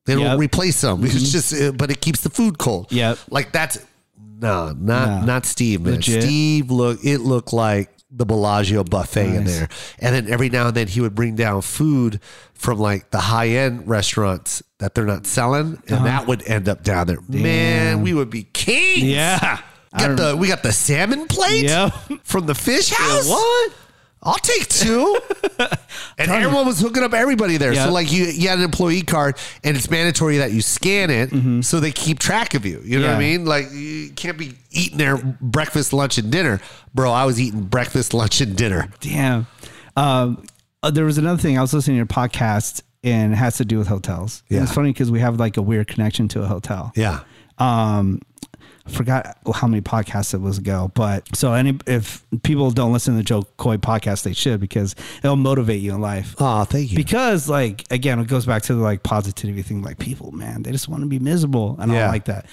Speaker 6: They don't
Speaker 2: Yep. Mm-hmm.
Speaker 6: replace them. (laughs) It's just, uh, but it keeps the food cold.
Speaker 2: Yep.
Speaker 6: Like that's no, not not Steve. Man.
Speaker 2: Legit.
Speaker 6: Steve look, it looked like the Bellagio buffet in
Speaker 2: Nice.
Speaker 6: there, and then every now and then he would bring down food from like the high end restaurants that they're not selling,
Speaker 2: Uh-huh.
Speaker 6: and that would end up down there. Man, we would be kings.
Speaker 2: yeah.
Speaker 6: Got the we got the salmon plate
Speaker 2: Yep.
Speaker 6: from the fish house.
Speaker 2: What?
Speaker 6: I'll take two. (laughs) and everyone was hooking up everybody there.
Speaker 2: Yeah.
Speaker 6: So like you, you had an employee card, and it's mandatory that you scan it so they keep track of you. You know what I
Speaker 2: Mm-hmm. Yeah.
Speaker 6: mean? Like you can't be eating their breakfast, lunch, and dinner, bro. I was eating breakfast, lunch, and dinner.
Speaker 2: Damn. Um, uh, there was another thing I was listening to your podcast and it has to do with hotels. And It's
Speaker 6: Yeah.
Speaker 2: funny because we have like a weird connection to a hotel.
Speaker 6: Yeah,
Speaker 2: um I forgot how many podcasts it was ago, but so any if people don't listen to the Joe Coy podcast, they should because it'll motivate you in life.
Speaker 6: Oh, thank you.
Speaker 2: Because like again, it goes back to the like positivity thing. Like people, man, they just want to be miserable, and I
Speaker 6: Yeah.
Speaker 2: don't like that.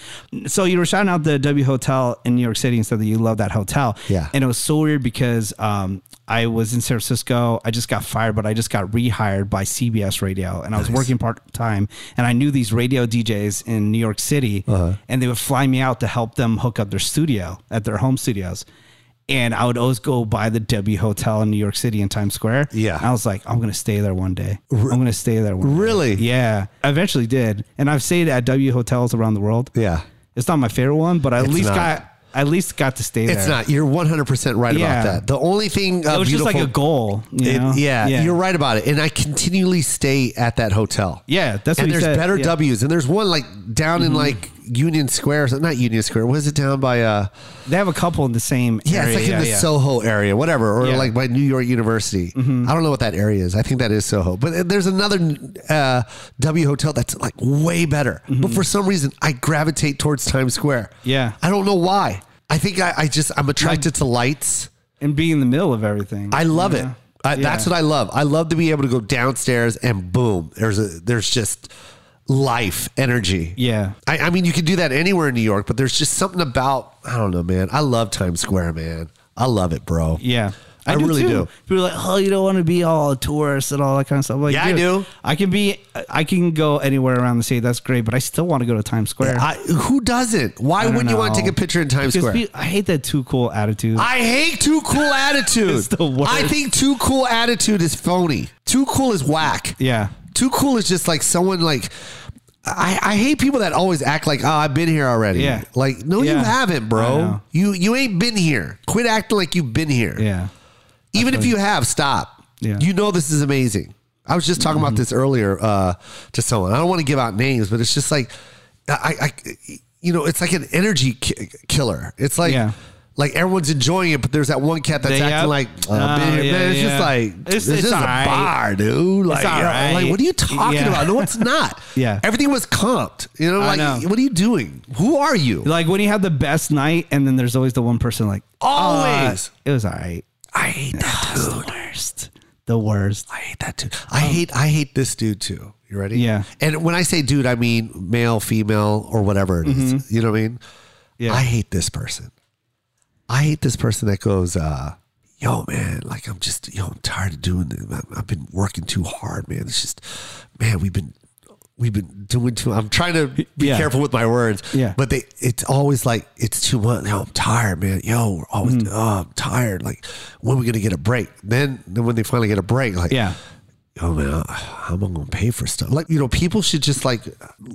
Speaker 2: So you were shouting out the W Hotel in New York City and said that you love that hotel.
Speaker 6: Yeah.
Speaker 2: and it was so weird because um I was in San Francisco. I just got fired, but I just got rehired by CBS Radio, and I was working part time. And I knew these radio DJs in New York City,
Speaker 6: Uh-huh.
Speaker 2: and they would fly me out to help them hook up their studio at their home studios. And I would always go by the W Hotel in New York City in Times Square.
Speaker 6: Yeah.
Speaker 2: I was like, I'm gonna stay there one day. I'm gonna stay there one day.
Speaker 6: Really?
Speaker 2: Yeah. I eventually did. And I've stayed at W hotels around the world.
Speaker 6: yeah.
Speaker 2: It's not my favorite one, but I at
Speaker 6: It's
Speaker 2: least
Speaker 6: not.
Speaker 2: got I at least got to stay there.
Speaker 6: It's not. You're 100 percent right
Speaker 2: Yeah.
Speaker 6: about that. The only thing uh,
Speaker 2: It was just
Speaker 6: beautiful,
Speaker 2: like a goal. You
Speaker 6: It-
Speaker 2: know?
Speaker 6: yeah, you're right about it. And I continually stay at that hotel.
Speaker 2: Yeah, that's what
Speaker 6: and
Speaker 2: he
Speaker 6: there's
Speaker 2: said.
Speaker 6: better
Speaker 2: Yeah.
Speaker 6: W's, and there's one like down in like Union Square, or something- not Union Square. What is it down by? Uh,
Speaker 2: They have a couple in the same
Speaker 6: yeah,
Speaker 2: area.
Speaker 6: it's like in the
Speaker 2: yeah.
Speaker 6: Soho area, whatever, or
Speaker 2: Yeah.
Speaker 6: like by New York University. I don't know what that area is. I think that is Soho, but there's another uh, W hotel that's like way better. But for some reason, I gravitate towards Times Square.
Speaker 2: Yeah.
Speaker 6: I don't know why. I think I, I just I'm attracted to lights.
Speaker 2: and being in the middle of everything.
Speaker 6: I love
Speaker 2: Yeah.
Speaker 6: it. I,
Speaker 2: Yeah.
Speaker 6: That's what I love. I love to be able to go downstairs and boom, there's a there's just life, energy.
Speaker 2: Yeah.
Speaker 6: I, I mean, you can do that anywhere in New York, but there's just something about I don't know, man. I love Times Square, man. I love it, bro.
Speaker 2: Yeah.
Speaker 6: I, really
Speaker 2: too.
Speaker 6: do.
Speaker 2: People are like, oh, you don't want to be all a tourist and all that kind of stuff. Like,
Speaker 6: Yeah, I
Speaker 2: dude,
Speaker 6: do.
Speaker 2: I can be, I can go anywhere around the city. That's great, but I still want to go to Times Square.
Speaker 6: I, who doesn't? Why
Speaker 2: don't
Speaker 6: wouldn't you want to
Speaker 2: know.
Speaker 6: take a picture in Times
Speaker 2: Because
Speaker 6: Square?
Speaker 2: pe- I hate that too cool attitude.
Speaker 6: I hate too cool attitude.
Speaker 2: (laughs) It's the worst.
Speaker 6: I think too cool attitude is phony. Too cool is whack.
Speaker 2: yeah.
Speaker 6: Too cool is just like someone like I, I hate people that always act like, oh, I've been here already.
Speaker 2: Yeah.
Speaker 6: Like, no, you
Speaker 2: Yeah.
Speaker 6: haven't,
Speaker 2: I
Speaker 6: bro.
Speaker 2: know.
Speaker 6: You you ain't been here. Quit acting like you've been here.
Speaker 2: Yeah.
Speaker 6: Even if you have, stop.
Speaker 2: Yeah. Mm-hmm.
Speaker 6: You know this is amazing. I was just talking about this earlier uh, to someone. I don't want to give out names, but it's just like, I, I you know, it's like an energy ki- killer. It's like,
Speaker 2: Yeah.
Speaker 6: like everyone's enjoying it, but there's that one cat that's
Speaker 2: They-
Speaker 6: acting
Speaker 2: yep.
Speaker 6: like, oh, I've been
Speaker 2: Oh,
Speaker 6: here,
Speaker 2: yeah,
Speaker 6: man. It's
Speaker 2: yeah.
Speaker 6: just like,
Speaker 2: It's-
Speaker 6: this
Speaker 2: it's
Speaker 6: is
Speaker 2: alright.
Speaker 6: a bar, dude. Like,
Speaker 2: alright.
Speaker 6: like, what are you talking
Speaker 2: Yeah.
Speaker 6: about? No, it's not.
Speaker 2: (laughs) Yeah.
Speaker 6: Everything was comped. You know,
Speaker 2: I
Speaker 6: like,
Speaker 2: know.
Speaker 6: what are you doing? Who are you?
Speaker 2: Like when you have the best night, and then there's always the one person like,
Speaker 6: Always.
Speaker 2: "Uh, it was all right.
Speaker 6: I hate that dude.
Speaker 2: Worst. The worst.
Speaker 6: I hate that too. I hate I hate this dude too. You ready?
Speaker 2: Oh. Yeah.
Speaker 6: And when I say dude, I mean male, female, or whatever it is. You know what I mean?
Speaker 2: Mm-hmm. Yeah.
Speaker 6: I hate this person. I hate this person that goes, uh, yo, man, like I'm just, yo, I'm tired of doing this. I'm- I've been working too hard, man. It's just, man, we've been, we've been doing too. I'm trying to be
Speaker 2: Yeah.
Speaker 6: careful with my words.
Speaker 2: Yeah.
Speaker 6: But they, it's always like it's too much. Yo, I'm tired, man. Yo, we're always,
Speaker 2: Mm.
Speaker 6: oh, I'm tired. Like, when are we gonna get a break? Then, then when they finally get a break, like,
Speaker 2: Yeah.
Speaker 6: oh man, how am I gonna pay for stuff? Like, you know, people should just like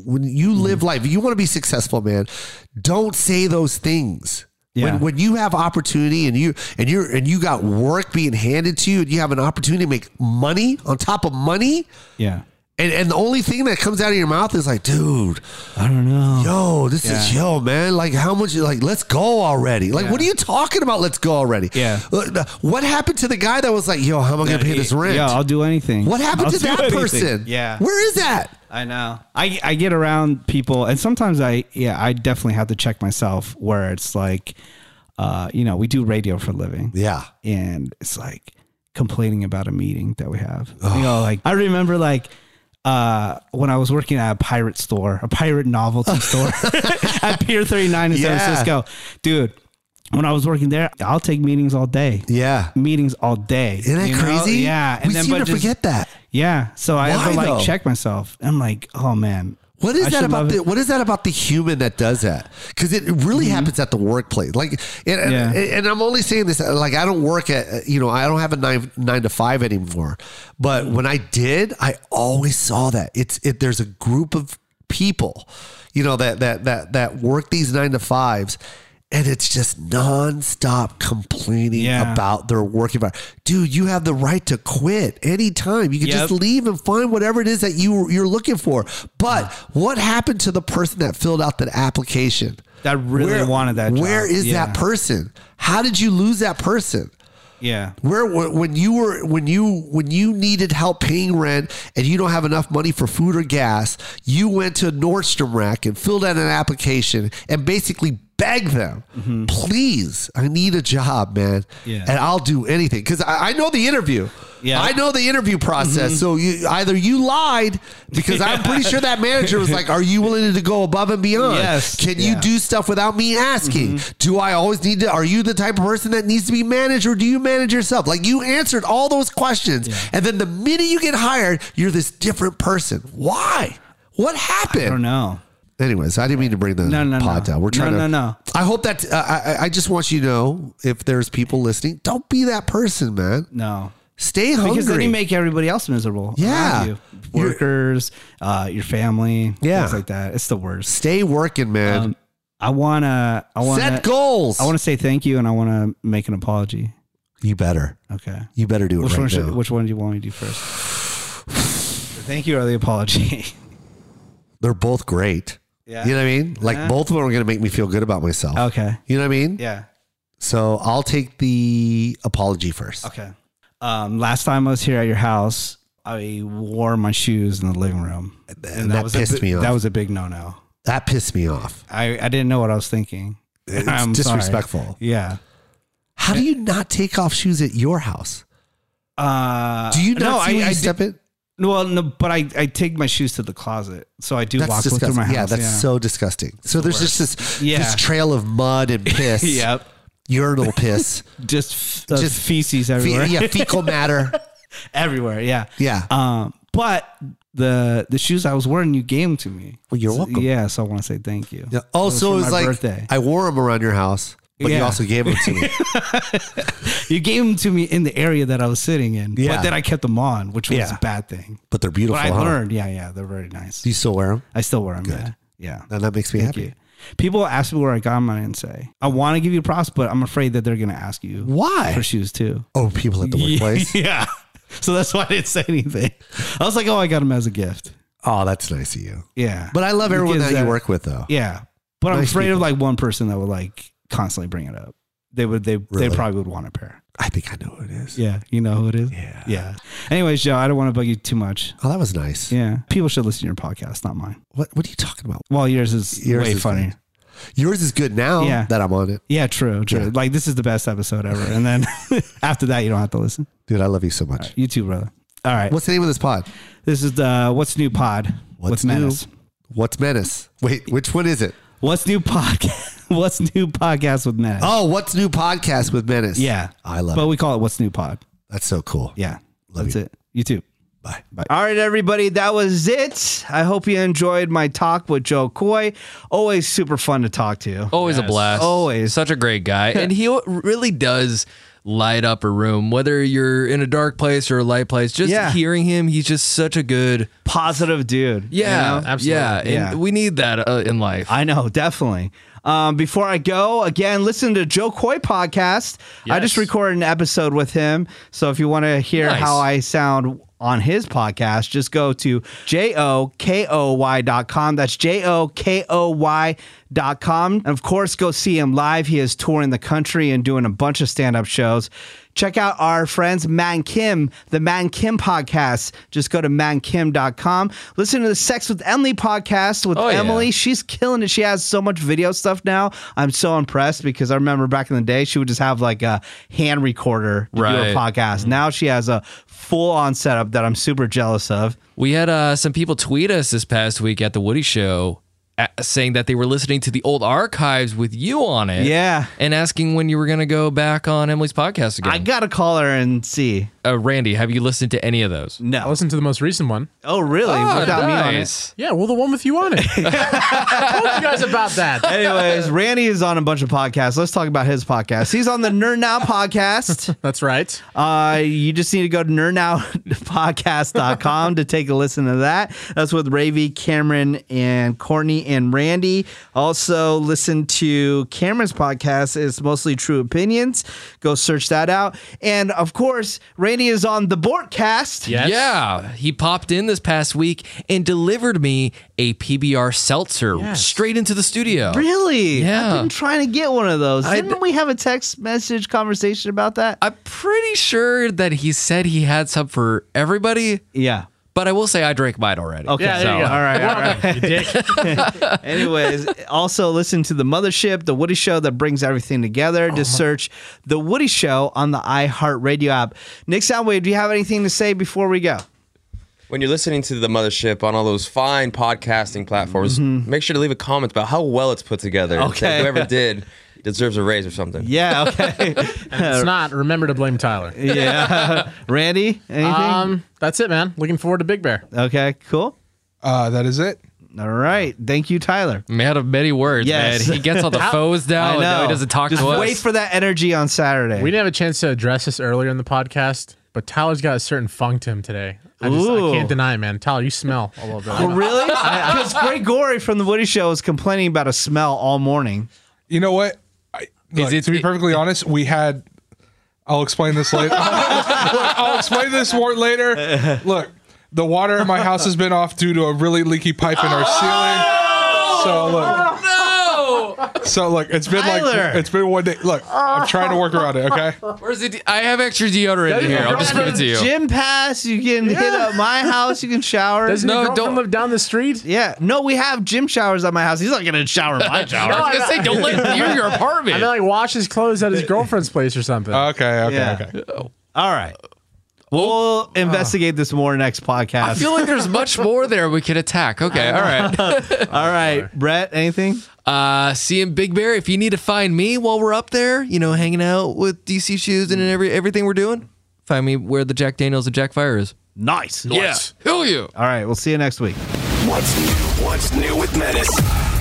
Speaker 6: when you live life, you want to be successful, man. Don't say those things.
Speaker 2: Yeah.
Speaker 6: When, when you have opportunity and you and you're and you got work being handed to you and you have an opportunity to make money on top of money
Speaker 2: Yeah.
Speaker 6: and and the only thing that comes out of your mouth is like dude
Speaker 2: I don't know.
Speaker 6: yo this is yo man like how much like let's go already like what are you talking about let's go already
Speaker 2: Yeah.
Speaker 6: Uh, what happened to the guy that was like yo how am I gonna pay this rent
Speaker 2: Yeah, I'll do anything.
Speaker 6: what happened
Speaker 2: I'll
Speaker 6: to
Speaker 2: do
Speaker 6: that
Speaker 2: anything.
Speaker 6: person?
Speaker 2: Yeah.
Speaker 6: Where is that?
Speaker 2: I know. I I get around people, and sometimes I yeah I definitely have to check myself where it's like, uh, you know, we do radio for a living.
Speaker 6: Yeah.
Speaker 2: and it's like complaining about a meeting that we have. You know, like I remember like uh when I was working at a pirate store, a
Speaker 6: (laughs)
Speaker 2: pirate novelty store at Pier 39 in
Speaker 6: Yeah.
Speaker 2: San Francisco. Dude, when I was working there, I'll take meetings all day.
Speaker 6: Yeah.
Speaker 2: Meetings all day.
Speaker 6: Isn't that
Speaker 2: you know?
Speaker 6: crazy?
Speaker 2: Yeah.
Speaker 6: we seem to
Speaker 2: just-
Speaker 6: forget that.
Speaker 2: Yeah. So I have to
Speaker 6: Why,
Speaker 2: like
Speaker 6: though?
Speaker 2: check myself. I'm like, oh man.
Speaker 6: What is
Speaker 2: I
Speaker 6: that
Speaker 2: should
Speaker 6: about
Speaker 2: love
Speaker 6: the
Speaker 2: it. Mm-hmm.
Speaker 6: What is that about the human that does that? Because it really happens at the workplace. Like, and, and-
Speaker 2: Yeah.
Speaker 6: and I'm only saying this. Like, I don't work at you know I don't have a nine nine to five anymore. But
Speaker 2: Mm-hmm.
Speaker 6: when I did, I always saw that it's it. There's a group of people, you know that that that that work these nine to fives. And it's just nonstop complaining
Speaker 2: Yeah.
Speaker 6: about their work environment. Dude, you have the right to quit anytime. You can
Speaker 2: Yep.
Speaker 6: just leave and find whatever it is that you you're looking for. But what happened to the person that filled out that application?
Speaker 2: That really wanted that job.
Speaker 6: Where is
Speaker 2: Yeah.
Speaker 6: that person? How did you lose that person?
Speaker 2: Yeah.
Speaker 6: Where wh- when you were when you when you needed help paying rent and you don't have enough money for food or gas, you went to Nordstrom Rack and filled out an application and basically begged them, please, I need a job, man,
Speaker 2: Mm-hmm. Yeah.
Speaker 6: and I'll do anything because I, I know the interview.
Speaker 2: Yeah. Mm-hmm.
Speaker 6: I know the interview process. So you either you lied because I'm
Speaker 2: (laughs)
Speaker 6: pretty sure that manager was like, "Are you willing to go above and beyond?
Speaker 2: Yes.
Speaker 6: Can you do?"
Speaker 2: Yeah.
Speaker 6: do stuff without me asking.
Speaker 2: Mm-hmm.
Speaker 6: Do I always need to? Are you the type of person that needs to be managed or do you manage yourself? Like you answered all those questions. And then the minute you get hired, you're this different person. Why? What happened?
Speaker 2: I don't know.
Speaker 6: Anyways, I didn't mean to bring the
Speaker 2: No, no,
Speaker 6: pod
Speaker 2: no.
Speaker 6: down. We're trying
Speaker 2: No,
Speaker 6: to.
Speaker 2: no, no.
Speaker 6: I hope that uh, I, I- I just want you to know if there's people listening, don't be that person, man.
Speaker 2: No.
Speaker 6: Stay hungry.
Speaker 2: Because then you make everybody else miserable.
Speaker 6: Yeah.
Speaker 2: around you. Workers, uh, your family,
Speaker 6: Yeah.
Speaker 2: things like that. It's the worst.
Speaker 6: Stay working, man.
Speaker 2: Um, I wanna, I wanna,
Speaker 6: Set goals.
Speaker 2: I wanna say thank you, and I wanna make an apology.
Speaker 6: you better.
Speaker 2: Okay.
Speaker 6: You better do it
Speaker 2: Which
Speaker 6: right
Speaker 2: one?
Speaker 6: now.
Speaker 2: Should, which one do you want me to do first? The thank you or the apology? (laughs)
Speaker 6: they're both great.
Speaker 2: Yeah.
Speaker 6: You know what I mean? Like
Speaker 2: Yeah.
Speaker 6: both of them are going to make me feel good about myself.
Speaker 2: okay.
Speaker 6: You know what I mean?
Speaker 2: Yeah.
Speaker 6: So I'll take the apology first.
Speaker 2: Okay. Um, last time I was here at your house, I wore my shoes in the living room, and,
Speaker 6: that
Speaker 2: was a
Speaker 6: pissed
Speaker 2: bi-
Speaker 6: me off.
Speaker 2: That was a big no-no.
Speaker 6: That pissed me off.
Speaker 2: I, I didn't know what I was thinking.
Speaker 6: It's
Speaker 2: (laughs) I'm sorry.
Speaker 6: disrespectful.
Speaker 2: Yeah.
Speaker 6: How do you not take off shoes at your house?
Speaker 2: Uh,
Speaker 6: Do you not
Speaker 2: no,
Speaker 6: see
Speaker 2: I,
Speaker 6: where you
Speaker 2: I
Speaker 6: step it?
Speaker 2: No, well, no, but I, I take my shoes to the closet, so I do walk
Speaker 6: That's
Speaker 2: through
Speaker 6: disgusting.
Speaker 2: my house.
Speaker 6: yeah,
Speaker 7: (laughs)
Speaker 6: that's so disgusting. So there's just this
Speaker 2: Yeah.
Speaker 6: this trail of mud
Speaker 2: (laughs)
Speaker 6: and piss,
Speaker 2: Yep, (laughs)
Speaker 6: urinal piss,
Speaker 2: just f-
Speaker 6: Just
Speaker 2: just feces everywhere,
Speaker 7: (laughs)
Speaker 6: fe- yeah, fecal matter.
Speaker 2: everywhere, yeah,
Speaker 6: Yeah.
Speaker 2: (laughs)
Speaker 7: Uh,
Speaker 2: Um, but the the shoes I was wearing, you gave 'em to me.
Speaker 6: Well, you're
Speaker 2: So-
Speaker 6: welcome.
Speaker 2: Yeah, so I want to say thank you.
Speaker 6: Yeah. Oh, so
Speaker 2: for
Speaker 6: it was
Speaker 2: my
Speaker 6: like
Speaker 2: birthday.
Speaker 6: I wore them around your house. but you
Speaker 7: Yeah.
Speaker 6: also gave them
Speaker 2: (laughs)
Speaker 6: to me.
Speaker 7: You gave them to me in the area that I was sitting in,
Speaker 6: Yeah.
Speaker 7: but then I kept them on, which was
Speaker 6: Yeah.
Speaker 7: a bad thing.
Speaker 6: But they're
Speaker 7: But
Speaker 6: beautiful.
Speaker 7: I
Speaker 6: huh?
Speaker 7: learned, yeah, yeah, they're very nice.
Speaker 6: Do you still wear them?
Speaker 7: I still wear them. Yeah, yeah.
Speaker 6: And that makes me
Speaker 7: Thank
Speaker 6: happy.
Speaker 7: you. People ask me where I got mine and say, I want to give you props, but I'm afraid that they're going to ask you
Speaker 6: Why?
Speaker 7: for shoes (laughs) too.
Speaker 6: Oh, people at the
Speaker 2: (laughs)
Speaker 6: workplace.
Speaker 7: yeah. So that's why I didn't say anything. I was like, oh, I got them as a gift.
Speaker 6: Oh, that's nice of you.
Speaker 7: Yeah.
Speaker 6: But I love everyone
Speaker 7: Because
Speaker 6: that you
Speaker 7: that-
Speaker 6: work with, though.
Speaker 7: yeah. But I'm
Speaker 6: Nice
Speaker 7: afraid of
Speaker 6: people.
Speaker 7: like one person that would like constantly bring it up. They would, they,
Speaker 6: Really?
Speaker 7: they probably would want a pair.
Speaker 6: I think I know who it is.
Speaker 7: Yeah. You know who it is?
Speaker 6: Yeah.
Speaker 7: Yeah. Anyways, Joe, I don't want to bug you too much.
Speaker 6: Oh, that was nice.
Speaker 7: Yeah. People should listen to your podcast, not mine.
Speaker 6: What What are you talking about?
Speaker 7: Well, yours is
Speaker 6: Yours
Speaker 7: way
Speaker 6: is
Speaker 7: funnier.
Speaker 6: good. Yours is good now
Speaker 7: Yeah.
Speaker 6: that I'm on it,
Speaker 7: Yeah, true, true.
Speaker 6: Yeah.
Speaker 7: Like this is the best episode ever. And then (laughs) after that, you don't have to listen.
Speaker 6: dude. I love you so much.
Speaker 7: You too, brother. All right.
Speaker 6: What's the name of this pod?
Speaker 7: this is the What's New Pod. with
Speaker 6: What's
Speaker 7: Menace.
Speaker 6: new? What's menace? Wait, which one is it?
Speaker 7: What's New Podcast? (laughs) What's New Podcast with Menace?
Speaker 6: Oh, what's new podcast with menace?
Speaker 7: yeah.
Speaker 6: I love
Speaker 7: But
Speaker 6: it.
Speaker 7: we call it What's New Pod.
Speaker 6: That's so cool.
Speaker 7: Yeah.
Speaker 6: Love
Speaker 7: That's
Speaker 6: you.
Speaker 7: it. You too.
Speaker 6: Bye.
Speaker 2: All right, everybody, that was it. I hope you enjoyed my talk with Joe Coy. Always super fun to talk to. (laughs)
Speaker 3: Always a blast.
Speaker 2: Always.
Speaker 3: Such a great guy. and he really does light up a room, whether you're in a dark place or a light place. Just
Speaker 2: Yeah.
Speaker 3: hearing him, he's just such a good.
Speaker 2: Positive dude. you
Speaker 3: Yeah.
Speaker 2: know?
Speaker 3: absolutely. Yeah. And
Speaker 2: Yeah.
Speaker 3: we need that uh, in life.
Speaker 2: I know, definitely. Um, before I go, again, listen to Joe Coy podcast. I just
Speaker 3: Yes.
Speaker 2: recorded an episode with him. So if you want to hear
Speaker 3: Nice.
Speaker 2: how I sound on his podcast, just go to J O K O Y dot com. That's J O K O Y dot com. And of course, go see him live. He is touring the country and doing a bunch of stand up shows. Check out our friends, Man Kim, the Man Kim podcast. Just go to mankim.com. Listen to the Sex with Emily podcast with
Speaker 3: Oh, yeah.
Speaker 2: Emily. She's killing it. She has so much video stuff now. I'm so impressed because I remember back in the day, she would just have like a hand recorder to do a
Speaker 3: Right.
Speaker 2: podcast. Now she has a full on setup that I'm super jealous of.
Speaker 3: We had uh, some people tweet us this past week at the Woody Show uh saying that they were listening to the old archives with you on it.
Speaker 2: Yeah.
Speaker 3: And asking when you were going to go back on Emily's podcast
Speaker 2: I
Speaker 3: again.
Speaker 2: got to call her and see.
Speaker 3: uh, Randy, have you listened to any of those?
Speaker 8: I
Speaker 2: No.
Speaker 8: listened to the most recent one.
Speaker 2: Oh, really? Without me on it.
Speaker 3: nice.
Speaker 8: Yeah, well, the one with you on it. (laughs) I told you guys about that.
Speaker 2: Anyways, Randy is on a bunch of podcasts. Let's talk about his podcast. He's on the Nerd Now
Speaker 3: (laughs)
Speaker 2: podcast.
Speaker 8: That's right.
Speaker 2: Uh, you just need to go to nerdnowpodcast.com to take a listen to that. That's with Ravy, Cameron, and Courtney and Randy. Also, listen to Cameron's podcast. It's mostly True Opinions. Go search that out. And of course, Randy is on the Bortcast.
Speaker 8: Yes.
Speaker 3: Yeah, he popped in this past week and delivered me a PBR seltzer
Speaker 8: Yes.
Speaker 3: straight into the studio.
Speaker 2: Really?
Speaker 3: Yeah.
Speaker 2: I've been trying to get one of those.
Speaker 3: I-
Speaker 2: Didn't we have a text message conversation about that?
Speaker 3: I'm pretty sure that he said he had some for everybody,
Speaker 2: yeah.
Speaker 3: but I will say I drank mine already.
Speaker 2: Okay.
Speaker 8: Yeah, there you
Speaker 2: so-
Speaker 8: go.
Speaker 2: All right. All right.
Speaker 8: You dick.
Speaker 2: (laughs) Anyways, also listen to The Mothership, The Woody Show that brings everything together.
Speaker 8: Oh,
Speaker 2: Just search The Woody Show on the iHeartRadio app. Nick Soundwave, do you have anything to say before we go?
Speaker 4: When you're listening to the mothership on all those fine podcasting platforms, make sure to leave a comment about how well it's put together. and say
Speaker 2: Mm-hmm. Okay. (laughs)
Speaker 4: whoever did deserves a raise or something.
Speaker 2: Yeah, (laughs) okay. Uh,
Speaker 8: It's not. Remember to blame Tyler.
Speaker 2: yeah. (laughs) Randy, anything?
Speaker 8: Um, that's it, man. Looking forward to Big Bear.
Speaker 2: okay, cool.
Speaker 9: Uh, that is it.
Speaker 2: All right. Thank you, Tyler.
Speaker 3: Man of many words,
Speaker 2: Yes.
Speaker 3: man. He gets
Speaker 2: (laughs)
Speaker 3: all the foes
Speaker 2: Oh,
Speaker 3: down. and now he doesn't talk
Speaker 2: Just
Speaker 3: to us.
Speaker 2: wait for that energy on Saturday.
Speaker 8: We didn't have a chance to address this earlier in the podcast, but Tyler's got a certain funk to him today. I, just, I
Speaker 2: Ooh.
Speaker 8: can't deny it, man. Tyler, you smell a little
Speaker 2: Oh,
Speaker 8: bit.
Speaker 2: really? (laughs) Because Greg Gorey from The Woody Show was complaining about a smell all morning.
Speaker 9: You know what? I, look,
Speaker 3: it-
Speaker 9: to be
Speaker 3: it-
Speaker 9: perfectly honest, we had. I'll explain this later. (laughs) I'll explain this more later. Look, the water at my house has been off due to a really leaky pipe in our ceiling. So look,
Speaker 3: no!
Speaker 9: so look, it's been
Speaker 2: Tyler!
Speaker 9: like it's been one day. Look, I'm trying to work around it. Okay.
Speaker 3: Where's the? De- I have extra deodorant in here. I'll just give it to you.
Speaker 2: Gym pass, you can hit up my house, you can shower.
Speaker 8: Doesn't
Speaker 3: No,
Speaker 8: your girlfriend
Speaker 3: don't-
Speaker 8: live down the street?
Speaker 2: Yeah. No, we have gym showers at my house. He's not gonna shower in
Speaker 3: (laughs)
Speaker 2: my
Speaker 3: I
Speaker 2: shower.
Speaker 3: was gonna say, don't let him near
Speaker 2: (laughs)
Speaker 3: your apartment.
Speaker 8: And then like wash his clothes at his girlfriend's place or something.
Speaker 9: Okay. Okay.
Speaker 2: Yeah.
Speaker 9: Okay.
Speaker 2: All right. We'll investigate this more next
Speaker 3: I
Speaker 2: podcast.
Speaker 3: feel like there's much more there we could attack. Okay,
Speaker 2: (laughs)
Speaker 3: all right.
Speaker 2: All right, Brett, anything?
Speaker 3: Uh, seeing Big Bear, if you need to find me while we're up there, you know, hanging out with DC shoes and every everything we're doing, find me where the Jack Daniels and Jack Fire is.
Speaker 2: Nice.
Speaker 3: Yeah, who you?
Speaker 2: All right, we'll see you next week.
Speaker 10: What's new? What's new with Menace?